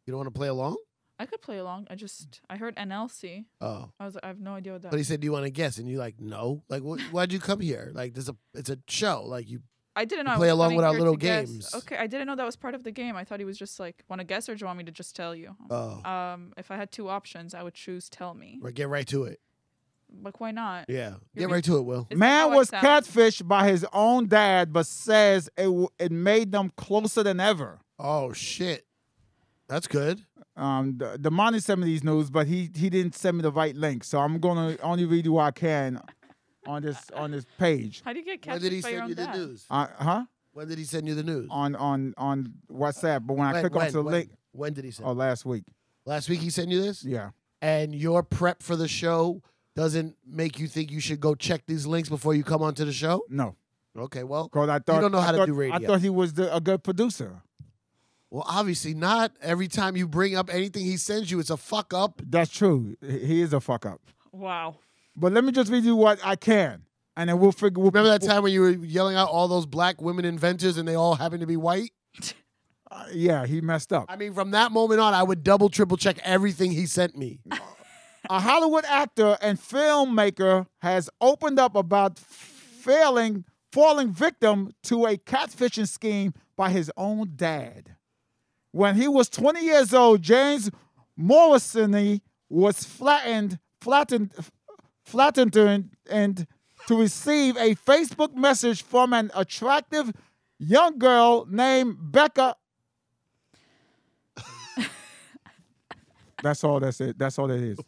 Speaker 2: don't want to play along.
Speaker 4: I could play along. I just I heard NLC.
Speaker 2: Oh,
Speaker 4: I was like, I have no idea what that.
Speaker 2: but he said, "Do you want to guess?" And you're like, "No." Like, wh- why'd you come here? Like, there's a it's a show. Like, you
Speaker 4: I didn't know. I
Speaker 2: play
Speaker 4: was
Speaker 2: along
Speaker 4: coming
Speaker 2: with our
Speaker 4: here
Speaker 2: little
Speaker 4: to guess.
Speaker 2: games.
Speaker 4: Okay, I didn't know that was part of the game. I thought he was just like, want to guess or do you want me to just tell you?
Speaker 2: oh,
Speaker 4: Um, if I had two options, I would choose tell me.
Speaker 2: right, get right to it.
Speaker 4: Like, why not?
Speaker 2: Yeah,
Speaker 4: You're
Speaker 2: get right to it, Will.
Speaker 4: It's how
Speaker 3: Man
Speaker 4: I
Speaker 3: was
Speaker 4: sound.
Speaker 3: catfished by his own dad, but says it w- it made them closer than ever.
Speaker 2: Oh shit, that's good.
Speaker 3: Um, the, the sent me these news, but he he didn't send me the right link, so I'm gonna only read you what I can on this on this page.
Speaker 4: How do you get
Speaker 2: When
Speaker 4: catfished
Speaker 2: did he
Speaker 4: by your
Speaker 2: send
Speaker 4: own
Speaker 2: you the
Speaker 4: dad?
Speaker 2: news?
Speaker 3: Uh, huh?
Speaker 2: When did he send you the news?
Speaker 3: On on on WhatsApp, but when I
Speaker 2: when,
Speaker 3: click
Speaker 2: when,
Speaker 3: onto the
Speaker 2: when,
Speaker 3: link,
Speaker 2: when did he send?
Speaker 3: oh, last week,
Speaker 2: Last week he sent you this,
Speaker 3: yeah.
Speaker 2: and your prep for the show doesn't make you think you should go check these links before you come onto the show.
Speaker 3: No,
Speaker 2: Okay, well,
Speaker 3: because I thought
Speaker 2: don't know
Speaker 3: I
Speaker 2: how to
Speaker 3: thought-
Speaker 2: do radio.
Speaker 3: I thought he was the, a good producer.
Speaker 2: well, obviously not. Every time you bring up anything he sends you, it's a fuck up.
Speaker 3: That's true. He he is a fuck up.
Speaker 4: Wow.
Speaker 3: But let me just read you what I can, and then we'll figure. We'll,
Speaker 2: Remember that time when you were yelling out all those black women inventors, and they all happened to be white.
Speaker 3: Uh, yeah, he messed up.
Speaker 2: I mean, from that moment on, I would double, triple check everything he sent
Speaker 3: [laughs]
Speaker 2: me.
Speaker 3: a Hollywood actor and filmmaker has opened up about f- failing, falling victim to a catfishing scheme by his own dad. When he was 20 years old, James Morrison was flattened, flattened, flattened, and, and to receive a Facebook message from an attractive young girl named Becca. That's all. That's it. That's all that is.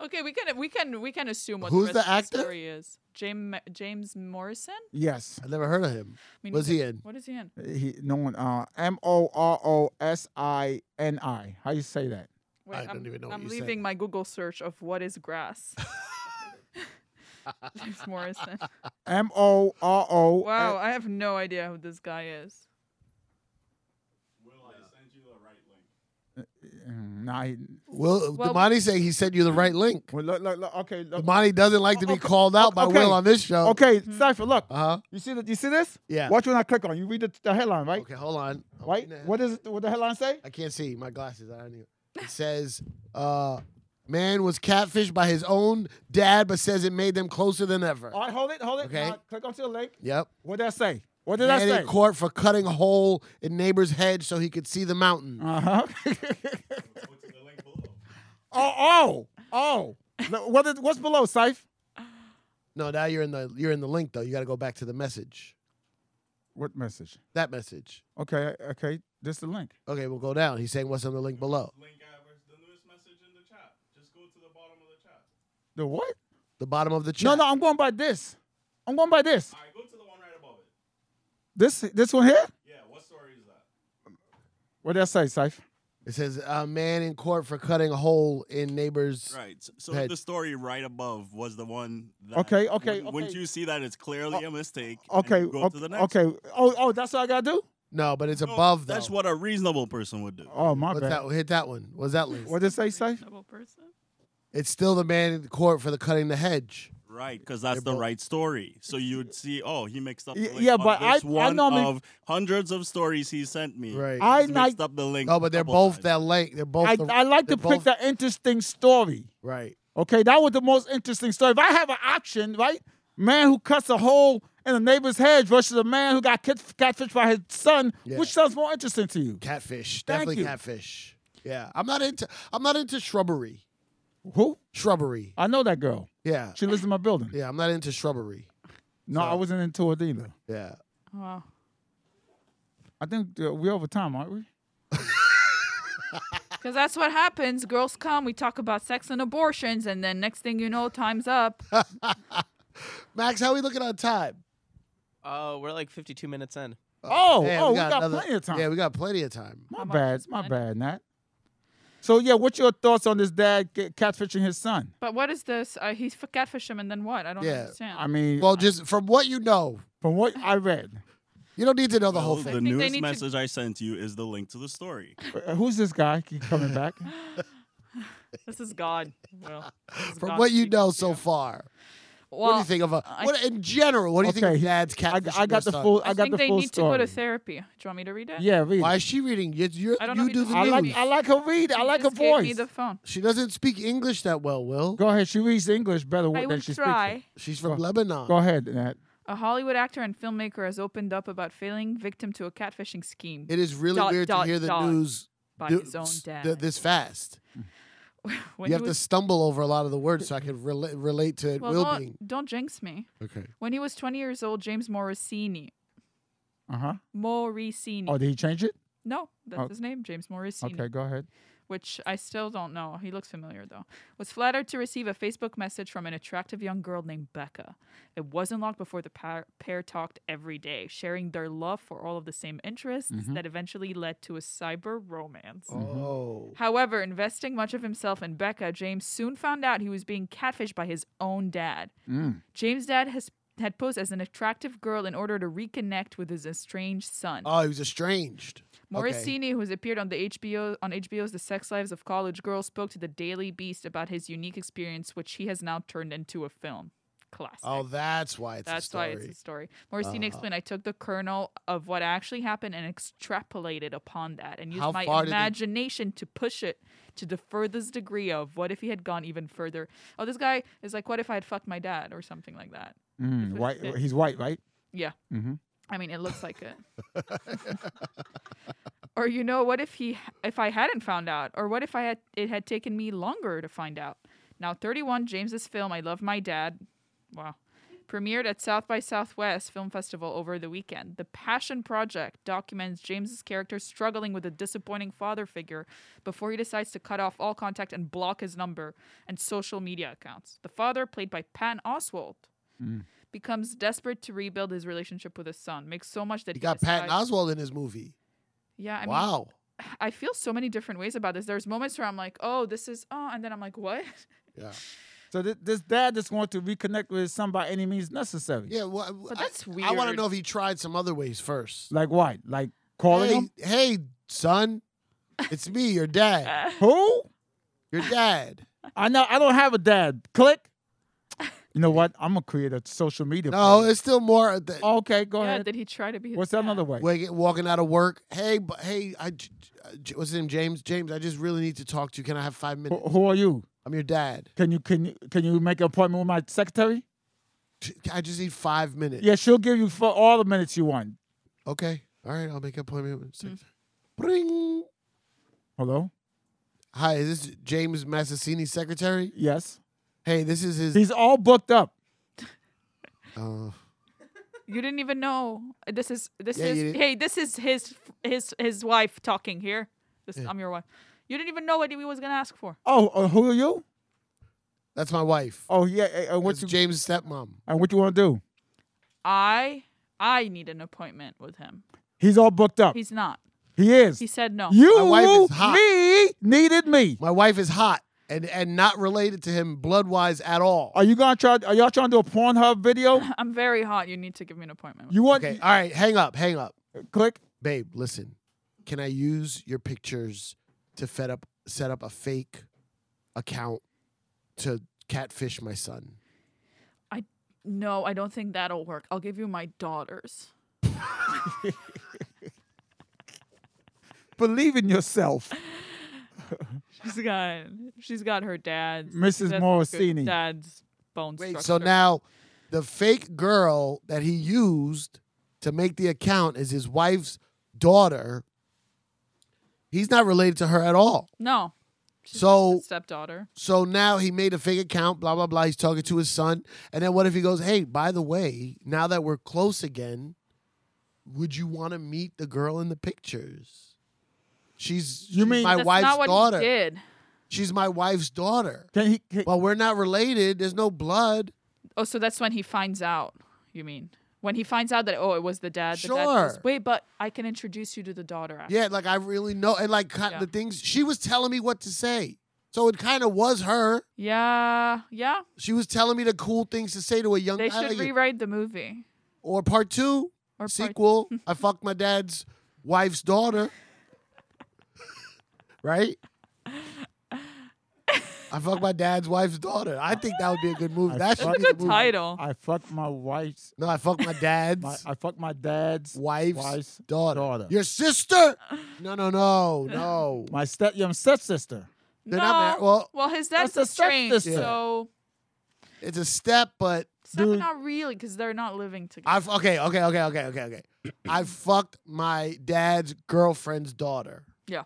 Speaker 4: Okay, we can we can we can assume what
Speaker 2: Who's
Speaker 4: the
Speaker 2: the
Speaker 4: rest of
Speaker 2: actor?
Speaker 4: the story is. James James Morrison.
Speaker 3: Yes.
Speaker 2: I never heard of him.
Speaker 4: We need
Speaker 2: Was
Speaker 4: to-
Speaker 2: he in?
Speaker 4: What is he in?
Speaker 3: He no one. Uh, M O R O S I N I. How you say that?
Speaker 4: Wait,
Speaker 2: I don't
Speaker 4: am
Speaker 2: even know what
Speaker 4: I'm
Speaker 2: you said.
Speaker 4: leaving my Google search of what is
Speaker 2: [laughs]
Speaker 4: grass. [laughs] James Morrison.
Speaker 3: M O R O.
Speaker 4: Wow, I have no idea who this guy is.
Speaker 3: mm, Nah, he-
Speaker 2: Will
Speaker 4: Well-
Speaker 2: Damani saying he sent you the right link.
Speaker 3: well, look, look, look, okay, look.
Speaker 2: Damani doesn't like to be called out by
Speaker 3: okay.
Speaker 2: Will on this show.
Speaker 3: Okay, Cipher, look.
Speaker 2: Uh-huh.
Speaker 3: You see that? You see this?
Speaker 2: Yeah.
Speaker 3: Watch when I click on. You read the, the headline, right?
Speaker 2: Okay, hold on. I'm
Speaker 3: Right.
Speaker 2: reading it.
Speaker 3: What is it, what the headline say?
Speaker 2: I can't see my glasses. I don't even. It says, uh, "Man was catfished by his own dad, but says it made them closer than ever."
Speaker 3: All right, hold it, hold it.
Speaker 2: Okay.
Speaker 3: Uh, click onto the link.
Speaker 2: Yep.
Speaker 3: What did I say? What did I
Speaker 2: Man
Speaker 3: say?
Speaker 2: in court for cutting a hole in neighbor's hedge so he could see the mountain.
Speaker 3: Uh huh. oh, oh, oh. Look, What is, what's below, Sif?
Speaker 2: No, now you're in the you're in the link though. You got to go back to the message.
Speaker 3: What message?
Speaker 2: That message.
Speaker 3: Okay, okay. This the link.
Speaker 2: Okay, we'll go down. He's saying what's on the link below.
Speaker 3: The what?
Speaker 2: The bottom of the chat.
Speaker 3: No, no. I'm going by this. I'm going by this. This this one here. Yeah. What story is that? What did I say, Sif?
Speaker 2: It says a man in court for cutting a hole in neighbor's.
Speaker 9: Right. s- So
Speaker 2: Head.
Speaker 9: the story right above was the one. That
Speaker 3: Okay, okay,
Speaker 9: When, once
Speaker 3: okay. Uh,
Speaker 9: you see that it's clearly a mistake, and
Speaker 3: Okay.
Speaker 9: you go
Speaker 3: Okay.
Speaker 9: to the next.
Speaker 3: okay. Oh, oh. That's what I gotta do.
Speaker 2: No, but it's
Speaker 9: No,
Speaker 2: above though.
Speaker 9: That's what a reasonable person would do.
Speaker 3: Oh my
Speaker 2: What's
Speaker 3: bad.
Speaker 2: that? Hit that one. What's that link?
Speaker 3: What did it say, Sif?
Speaker 4: Reasonable person.
Speaker 2: It's still the man in court for the cutting the hedge.
Speaker 9: Right, because that's the
Speaker 2: both-
Speaker 9: right story. So you would see, oh, he mixed up. The
Speaker 3: Y-
Speaker 9: link,
Speaker 3: yeah, but I-
Speaker 9: there's
Speaker 3: I
Speaker 9: one
Speaker 3: normally-
Speaker 9: of hundreds of stories he sent me.
Speaker 2: Right.
Speaker 3: I
Speaker 9: He's mixed
Speaker 3: like-
Speaker 9: up the link.
Speaker 2: No, Oh, but
Speaker 9: a
Speaker 2: they're
Speaker 9: couple
Speaker 2: both
Speaker 9: times.
Speaker 2: that link. They're both.
Speaker 3: I,
Speaker 2: the,
Speaker 3: I like
Speaker 2: they're
Speaker 3: to
Speaker 2: both-
Speaker 3: pick the interesting story.
Speaker 2: Right.
Speaker 3: Okay, that was the most interesting story. If I have an option, right? Man who cuts a hole in a neighbor's hedge versus a man who got kid- catfished by his son,
Speaker 2: Yeah.
Speaker 3: which sounds more interesting to you?
Speaker 2: Catfish.
Speaker 3: Thank
Speaker 2: Definitely
Speaker 3: you.
Speaker 2: catfish. Yeah. I'm not into. I'm not into shrubbery.
Speaker 3: Who?
Speaker 2: Shrubbery.
Speaker 3: I know that girl.
Speaker 2: Yeah.
Speaker 3: She lives in my building.
Speaker 2: Yeah. I'm not into shrubbery.
Speaker 3: No, I wasn't into it either.
Speaker 2: Yeah.
Speaker 4: Wow.
Speaker 3: I think uh, we're over time, aren't we?
Speaker 4: Because that's what happens. Girls come, we talk about sex and abortions, and then next thing you know,
Speaker 2: [laughs]
Speaker 4: time's up.
Speaker 2: Max, how we looking on time?
Speaker 7: Oh, we're like 52 minutes in.
Speaker 3: Oh,
Speaker 2: Man,
Speaker 3: oh, we got, plenty of time.
Speaker 2: Yeah, we got plenty of time.
Speaker 3: my
Speaker 4: How much
Speaker 3: bad,
Speaker 4: is
Speaker 3: my
Speaker 4: mine?
Speaker 3: bad, Nat. So yeah, what's your thoughts on this dad ca- catfishing his son?
Speaker 4: But what is this? Uh, he's f- catfish him, and then what? I don't
Speaker 2: Yeah.
Speaker 4: understand.
Speaker 3: I mean,
Speaker 2: Well, just from what you know,
Speaker 3: from what I read,
Speaker 2: you don't need to know
Speaker 5: Oh,
Speaker 2: the whole
Speaker 9: Well,
Speaker 2: thing.
Speaker 9: The
Speaker 4: think they
Speaker 9: newest
Speaker 4: need to-
Speaker 9: message I sent you is the link to the story.
Speaker 3: uh, who's this guy? Keep
Speaker 2: [laughs]
Speaker 3: coming back.
Speaker 4: this is God. Well, this is
Speaker 2: From
Speaker 4: God
Speaker 2: what you
Speaker 4: speaking
Speaker 2: know
Speaker 4: to
Speaker 2: so far,
Speaker 4: Well,
Speaker 2: what do you think of a?
Speaker 4: I-
Speaker 2: What in general? What do you
Speaker 3: Okay,
Speaker 2: think of
Speaker 3: he-
Speaker 2: dad's
Speaker 3: I,
Speaker 2: catfish?
Speaker 3: I got the full. I,
Speaker 4: I,
Speaker 3: got
Speaker 4: think
Speaker 3: the
Speaker 4: they
Speaker 3: full
Speaker 4: need
Speaker 3: story.
Speaker 4: to go to therapy. Do you want me to read it?
Speaker 3: Yeah, read. it.
Speaker 2: Why is she reading? You, you're,
Speaker 4: I don't know
Speaker 2: you
Speaker 4: who
Speaker 2: do
Speaker 4: this
Speaker 2: the
Speaker 4: is.
Speaker 3: I
Speaker 2: news.
Speaker 3: like I like her read. I
Speaker 4: He
Speaker 3: like her
Speaker 4: just
Speaker 3: voice.
Speaker 4: Gave me the phone.
Speaker 2: she doesn't speak English that well. Will
Speaker 3: Go ahead. She reads English better
Speaker 4: I
Speaker 3: than
Speaker 4: will
Speaker 3: she
Speaker 4: try.
Speaker 3: speaks.
Speaker 2: she's from
Speaker 3: Go-
Speaker 2: Lebanon?
Speaker 3: it. Go ahead, Nat.
Speaker 4: A Hollywood actor and filmmaker has opened up about failing victim to a catfishing scheme.
Speaker 2: It is really
Speaker 4: Dot,
Speaker 2: weird
Speaker 4: dot,
Speaker 2: to hear the
Speaker 4: dot.
Speaker 2: news
Speaker 4: By
Speaker 2: do-
Speaker 4: his own
Speaker 2: s-
Speaker 4: dad.
Speaker 2: th- this fast.
Speaker 4: When
Speaker 2: you
Speaker 4: he
Speaker 2: have to
Speaker 4: was-
Speaker 2: stumble over a lot of the words so I
Speaker 4: [laughs]
Speaker 2: can rela- relate to it.
Speaker 4: well,
Speaker 2: will being
Speaker 4: don't, don't jinx me.
Speaker 2: okay.
Speaker 4: When he was 20 years old, James Morricini.
Speaker 3: Uh huh.
Speaker 4: Morricini.
Speaker 3: Oh, did he change it?
Speaker 4: no, that's
Speaker 3: oh.
Speaker 4: his name, James Morricini.
Speaker 3: Okay, go ahead.
Speaker 4: Which I still don't know. He looks familiar though. Was flattered to receive a Facebook message from an attractive young girl named Becca. It wasn't long before the pair, pair talked every day, sharing their love for all of the same interests
Speaker 3: Mm-hmm.
Speaker 4: that eventually led to a cyber romance.
Speaker 3: Mm-hmm.
Speaker 2: Oh,
Speaker 4: However, investing much of himself in Becca, James soon found out he was being catfished by his own dad.
Speaker 3: Mm.
Speaker 4: James' dad has had posed as an attractive girl in order to reconnect with his estranged son.
Speaker 2: oh, he was estranged. Okay.
Speaker 4: Morricini, who has appeared on the HBO on HBO's The Sex Lives of College Girls, spoke to the Daily Beast about his unique experience, which he has now turned into a film. Classic.
Speaker 2: Oh, that's why it's a
Speaker 4: That's why
Speaker 2: story. Uh-huh.
Speaker 4: it's a story. Morricini explained, "I took the kernel of what actually happened and extrapolated upon that, and used
Speaker 2: How
Speaker 4: my
Speaker 2: far did he-
Speaker 4: imagination to push it to the furthest degree of what if he had gone even further. Oh, this guy is like, what if I had fucked my dad or something like that?
Speaker 3: Mm, white. He's white, right?
Speaker 4: Yeah.
Speaker 2: Mm-hmm.
Speaker 3: Mhm.
Speaker 4: I mean, it looks like it. or you know, what if he if I hadn't found out, or what if I had it had taken me longer to find out? Now, 31 James's film I Love My Dad, wow, premiered at South by Southwest Film Festival over the weekend. The Passion Project documents James's character struggling with a disappointing father figure before he decides to cut off all contact and block his number and social media accounts. The father, played by Pan Oswald,
Speaker 2: Mm.
Speaker 4: becomes desperate to rebuild his relationship with his son. Makes so much that
Speaker 2: He got Patton
Speaker 4: decides-
Speaker 2: Oswald in his movie.
Speaker 4: Yeah, I mean, [laughs]
Speaker 2: wow.
Speaker 4: I feel so many different ways about this. There's moments where I'm like, oh, this is oh, and then I'm like, what? [laughs]
Speaker 2: Yeah.
Speaker 3: So th- this dad just wants to reconnect with his son by any means necessary.
Speaker 2: Yeah. Well, I-
Speaker 4: that's
Speaker 2: I, want to
Speaker 4: weird.
Speaker 2: know if he tried some other ways first.
Speaker 3: Like what? Like calling
Speaker 2: hey,
Speaker 3: him?
Speaker 2: hey, son, it's me, your dad.
Speaker 4: [laughs]
Speaker 3: Who?
Speaker 2: Your dad.
Speaker 3: I know. I don't have a dad. Click. You know what? I'm gonna create a social media.
Speaker 2: No,
Speaker 3: page.
Speaker 2: it's still more. th-
Speaker 3: okay. Go
Speaker 4: Yeah,
Speaker 3: ahead.
Speaker 4: did he try to be? His
Speaker 3: What's that
Speaker 4: dad?
Speaker 3: another way?
Speaker 2: Wake- walking out of work. Hey, bu- hey, I, j- j- what's his name? James. James, I just really need to talk to you. Can I have five
Speaker 3: Who,
Speaker 2: minutes?
Speaker 3: who are you?
Speaker 2: I'm your dad.
Speaker 3: Can you can you can you make an appointment with my secretary?
Speaker 2: T- I just need five minutes.
Speaker 3: Yeah, she'll give you for all the minutes you want.
Speaker 2: Okay. All right. I'll make an appointment.
Speaker 3: Mm.
Speaker 2: with six. Bring.
Speaker 3: Hello.
Speaker 2: Hi, is this James Massassini's secretary?
Speaker 3: Yes.
Speaker 2: Hey, this is his.
Speaker 3: He's all booked up.
Speaker 2: Uh,
Speaker 4: You didn't even know. This is this
Speaker 2: Yeah, you
Speaker 4: is
Speaker 2: did.
Speaker 4: hey, this is his his his wife talking here. This
Speaker 2: Yeah.
Speaker 4: I'm your wife. You didn't even know what he was gonna ask for.
Speaker 3: Oh, uh, who are you?
Speaker 2: that's my wife.
Speaker 3: Oh yeah. eh, eh, what
Speaker 2: What's
Speaker 3: you
Speaker 2: James' stepmom?
Speaker 3: and what you want to do?
Speaker 4: I I need an appointment with him.
Speaker 3: He's all booked up.
Speaker 4: He's not.
Speaker 3: he is.
Speaker 4: He said no.
Speaker 2: My wife
Speaker 3: you
Speaker 2: is hot.
Speaker 3: me needed me.
Speaker 2: My wife is hot and and not related to him blood wise at all.
Speaker 3: Are you gonna try? Are y'all trying to do a Pornhub
Speaker 4: [laughs]
Speaker 3: video?
Speaker 4: I'm very hot. You need to give me an appointment. with
Speaker 3: You want
Speaker 2: Okay, all right, hang up, hang up,
Speaker 3: click?
Speaker 2: babe. Listen, can I use your pictures to fed up set up a fake account to catfish my son?
Speaker 4: No, I don't think that'll work. I'll give you my daughter's. [laughs]
Speaker 3: Believe in yourself.
Speaker 4: She's got she's got her dad's
Speaker 3: Mrs.
Speaker 4: that's her
Speaker 3: Morosini.
Speaker 4: dad's bone
Speaker 2: Wait,
Speaker 4: structure.
Speaker 2: so now the fake girl that he used to make the account is his wife's daughter. He's not related to her at all.
Speaker 4: no, she's
Speaker 2: So-
Speaker 4: his stepdaughter.
Speaker 2: So now he made a fake account, blah, blah, blah. He's talking to his son. And then what if he goes, hey, by the way, now that we're close again, would you want to meet the girl in the pictures? She's,
Speaker 3: You
Speaker 2: she's
Speaker 3: mean-
Speaker 2: my
Speaker 4: That's
Speaker 2: wife's
Speaker 4: not what
Speaker 2: daughter.
Speaker 4: he did.
Speaker 2: She's my wife's daughter.
Speaker 3: Can he? Can,
Speaker 2: Well, we're not related. There's no blood.
Speaker 4: Oh, so that's when he finds out. You mean when he finds out that oh, it was the dad. The dad goes,
Speaker 2: Sure.
Speaker 4: Wait, but I can introduce you to the daughter. After.
Speaker 2: Yeah, like I really know. And like kind
Speaker 4: Yeah.
Speaker 2: the things, she was telling me what to say. So it kind of was her.
Speaker 4: Yeah. Yeah.
Speaker 2: She was telling me the cool things to say to a young
Speaker 4: They
Speaker 2: guy
Speaker 4: should
Speaker 2: like you.
Speaker 4: rewrite the movie.
Speaker 2: or part two
Speaker 4: Or part- [laughs]
Speaker 2: sequel. I fucked my dad's wife's daughter. right? I fucked my dad's wife's daughter. I think that would be a good movie.
Speaker 3: I
Speaker 2: That should
Speaker 3: fucked-
Speaker 2: be
Speaker 4: Good
Speaker 2: the movie.
Speaker 4: title.
Speaker 3: I fucked my wife's.
Speaker 2: No, I fucked my
Speaker 3: My,
Speaker 2: dad's
Speaker 3: I fucked my dad's
Speaker 2: wife's,
Speaker 3: wife's
Speaker 2: daughter.
Speaker 3: daughter.
Speaker 2: Your sister? No, no, no,
Speaker 4: [laughs]
Speaker 2: no.
Speaker 3: My step, your stepsister.
Speaker 2: They're
Speaker 4: no.
Speaker 2: not married- well-
Speaker 4: well, his
Speaker 3: That's
Speaker 4: dad's
Speaker 3: the
Speaker 4: estranged,
Speaker 3: stepsister.
Speaker 4: so
Speaker 2: It's a step, but
Speaker 4: it's not-
Speaker 3: Dude.
Speaker 4: not really because they're not living together.
Speaker 2: I've okay, okay, okay, okay, okay, okay. I fucked my dad's girlfriend's daughter.
Speaker 4: yeah.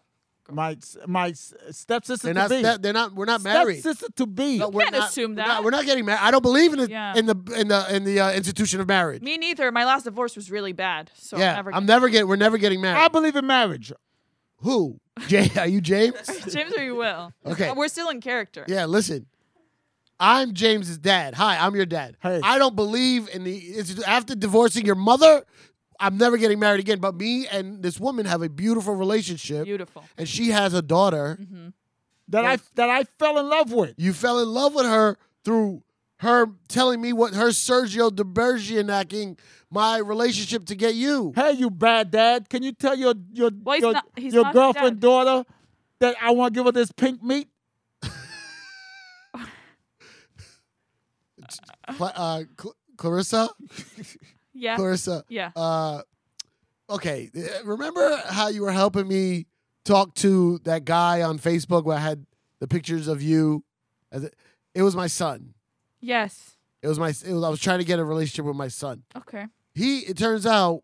Speaker 3: My s- my s- stepsister
Speaker 2: They're
Speaker 3: to
Speaker 2: not.
Speaker 3: be.
Speaker 2: Step, they're not. We're not married.
Speaker 3: Stepsister to be.
Speaker 2: No, we're
Speaker 4: can't
Speaker 2: not,
Speaker 4: assume
Speaker 2: we're
Speaker 4: that.
Speaker 2: not- we're not getting married. I don't believe in the
Speaker 4: Yeah.
Speaker 2: in the in the in the uh, institution of marriage.
Speaker 4: Me neither. My last divorce was really bad, so
Speaker 2: yeah,
Speaker 4: I'm never.
Speaker 2: getting. We're never getting married.
Speaker 3: I believe in marriage.
Speaker 2: Who? Jay? [laughs] Are you James?
Speaker 4: [laughs] James or you will.
Speaker 2: Okay.
Speaker 4: We're still in character.
Speaker 2: yeah. Listen, I'm James's dad. Hi, I'm your dad.
Speaker 3: Hey.
Speaker 2: I don't believe in the institu- after divorcing your mother. I'm never getting married again. But me and this woman have a beautiful relationship,
Speaker 4: Beautiful.
Speaker 2: and she has a daughter.
Speaker 4: Mm-hmm.
Speaker 3: That I that I fell in love with.
Speaker 2: You fell in love with her through her telling me what her Sergio Debergianacking my relationship to get you.
Speaker 3: Hey, you bad dad. Can you tell your your
Speaker 4: Well, he's
Speaker 3: your,
Speaker 4: not- he's
Speaker 3: your
Speaker 4: not his
Speaker 3: girlfriend
Speaker 4: dad.
Speaker 3: daughter that I want to give her this pink meat?
Speaker 2: Cla- uh, Cl- Clarissa,
Speaker 4: Yeah.
Speaker 2: Clarissa.
Speaker 4: Yeah.
Speaker 2: Uh, okay, uh, remember how you were helping me talk to that guy on Facebook where I had the pictures of you? As it, it was my son.
Speaker 4: yes.
Speaker 2: It It was my. It was, I was trying to get a relationship with my son.
Speaker 4: Okay.
Speaker 2: He. It turns out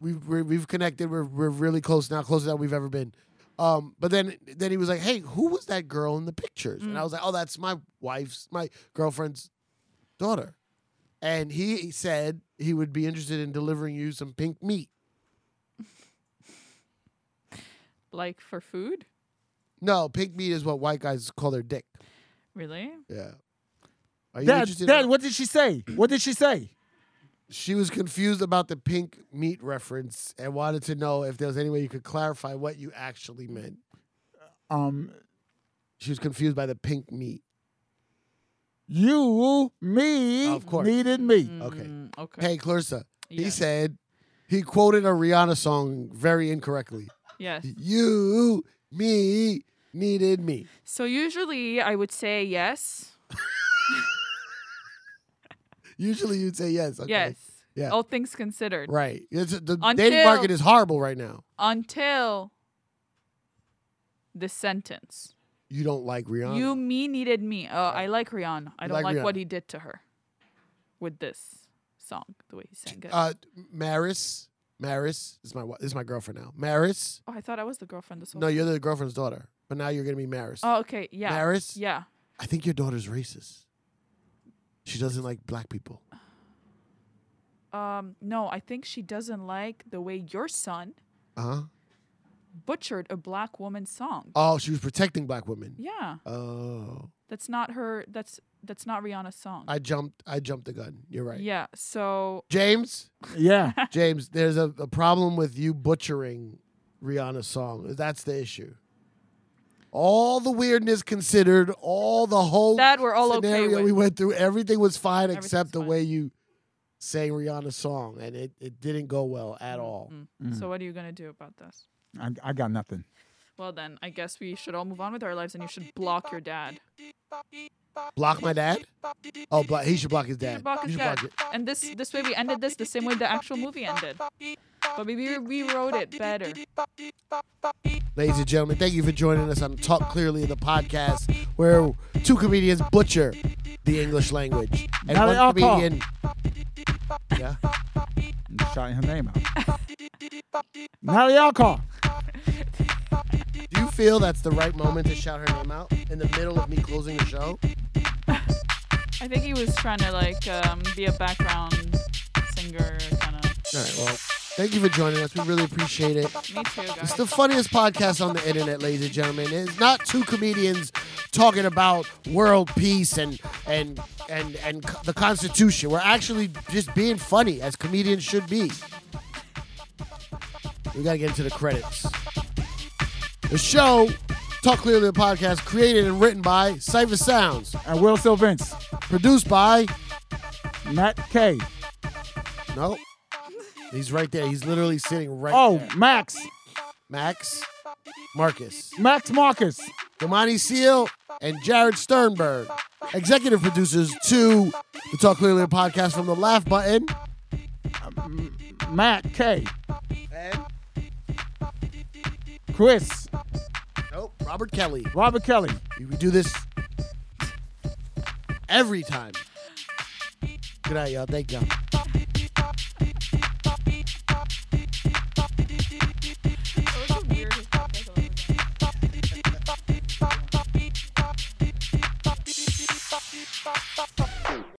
Speaker 2: we've we're, we've connected. We're we're really close now, closer than we've ever been. Um, but then then he was like, "Hey, who was that girl in the pictures?" And I was like, "Oh, that's my wife's, my girlfriend's daughter." And he said he would be interested in delivering you some pink meat.
Speaker 4: Like for food?
Speaker 2: No, pink meat is what white guys call their dick.
Speaker 4: Really?
Speaker 2: Yeah. Are you
Speaker 3: Dad,
Speaker 2: interested? in
Speaker 3: Dad, what did she say? What did she say?
Speaker 2: She was confused about the pink meat reference and wanted to know if there was any way you could clarify what you actually meant.
Speaker 3: Um,
Speaker 2: She was confused by the pink meat.
Speaker 3: you, me,
Speaker 2: Of course.
Speaker 3: needed me.
Speaker 2: Okay.
Speaker 4: Mm, okay.
Speaker 2: Hey, Clarissa. He
Speaker 4: Yes.
Speaker 2: said he quoted a Rihanna song very incorrectly.
Speaker 4: Yes.
Speaker 2: You, me, needed me.
Speaker 4: So usually I would say yes.
Speaker 2: Usually you'd say yes. Okay.
Speaker 4: Yes.
Speaker 2: Yeah.
Speaker 4: All things considered.
Speaker 2: Right. It's, the dating
Speaker 4: Until-
Speaker 2: market is horrible right now.
Speaker 4: Until the sentence.
Speaker 2: You don't like Rihanna.
Speaker 4: You me needed me. Oh, I like Rihanna. I
Speaker 2: You
Speaker 4: don't
Speaker 2: like
Speaker 4: like, what
Speaker 2: Rihanna.
Speaker 4: he did to her with this song, the way he sang it.
Speaker 2: uh, Maris. Maris is my wa- is my girlfriend now. Maris.
Speaker 4: oh, I thought I was the girlfriend this whole
Speaker 2: No, you're the girlfriend's daughter, but now you're gonna be Maris.
Speaker 4: Oh, okay. Yeah.
Speaker 2: Maris?
Speaker 4: Yeah.
Speaker 2: I think your daughter's racist. She doesn't like black people.
Speaker 4: Um, no, I think she doesn't like the way your son
Speaker 2: Uh huh.
Speaker 4: butchered a black woman's song.
Speaker 2: Oh, she was protecting black women.
Speaker 4: Yeah.
Speaker 2: Oh,
Speaker 4: That's not her that's that's not Rihanna's song.
Speaker 2: I jumped. I jumped the gun. You're right.
Speaker 4: Yeah. So [laughs]
Speaker 2: James,
Speaker 3: Yeah.
Speaker 2: James, there's a, a problem with you butchering Rihanna's song. That's the issue. All the weirdness considered, all the whole
Speaker 4: That we're all okay
Speaker 2: scenario
Speaker 4: with.
Speaker 2: we went through, everything was fine
Speaker 4: Everything's
Speaker 2: except the
Speaker 4: fine.
Speaker 2: way you sang Rihanna's song, and it, it didn't go well at all.
Speaker 4: mm, so what are you gonna do about this?
Speaker 3: I, I got nothing.
Speaker 4: Well then I guess we should all move on with our lives and you should block your dad.
Speaker 2: Block my dad? Oh, blo- he should block his
Speaker 4: You
Speaker 2: dad.
Speaker 4: should block
Speaker 2: You
Speaker 4: his
Speaker 2: should
Speaker 4: dad.
Speaker 2: block it.
Speaker 4: And this this way we ended this the same way the actual movie ended. But we re- rewrote it better.
Speaker 2: Ladies and gentlemen, thank you for joining us on Talk Clearly, the podcast where two comedians butcher the English language. And
Speaker 3: Now they
Speaker 2: one
Speaker 3: all call.
Speaker 2: comedian. Yeah.
Speaker 3: I'm just shouting her name out. Natalie Alcock.
Speaker 2: Do you feel that's the right moment to shout her name out in the middle of me closing the show?
Speaker 4: I think he was trying to like um, be a background singer kind of.
Speaker 2: All right. Well, thank you for joining us. We really appreciate it.
Speaker 4: Me too, guys.
Speaker 2: It's the funniest podcast on the internet, ladies and gentlemen. It's not two comedians talking about world peace and and and and c- the Constitution. We're actually just being funny as comedians should be. We gotta get into the credits. The show, Talk Clearly the Podcast, created and written by Cypher Sounds,
Speaker 3: And Will Silvince.
Speaker 2: produced by
Speaker 3: Matt K.
Speaker 2: No. He's right there. He's literally sitting right
Speaker 3: Oh,
Speaker 2: there.
Speaker 3: Max.
Speaker 2: Max, Marcus,
Speaker 3: Max Marcus.
Speaker 2: Damani Seal, and Jared Sternberg. Executive producers to the Talk Clearly podcast from the Laugh Button.
Speaker 3: Matt K.
Speaker 2: And
Speaker 3: Chris.
Speaker 2: nope, Robert Kelly.
Speaker 3: Robert Kelly.
Speaker 2: We do this every time. Good night, y'all. Thank y'all.
Speaker 4: That was the weirdest podcast I've ever done.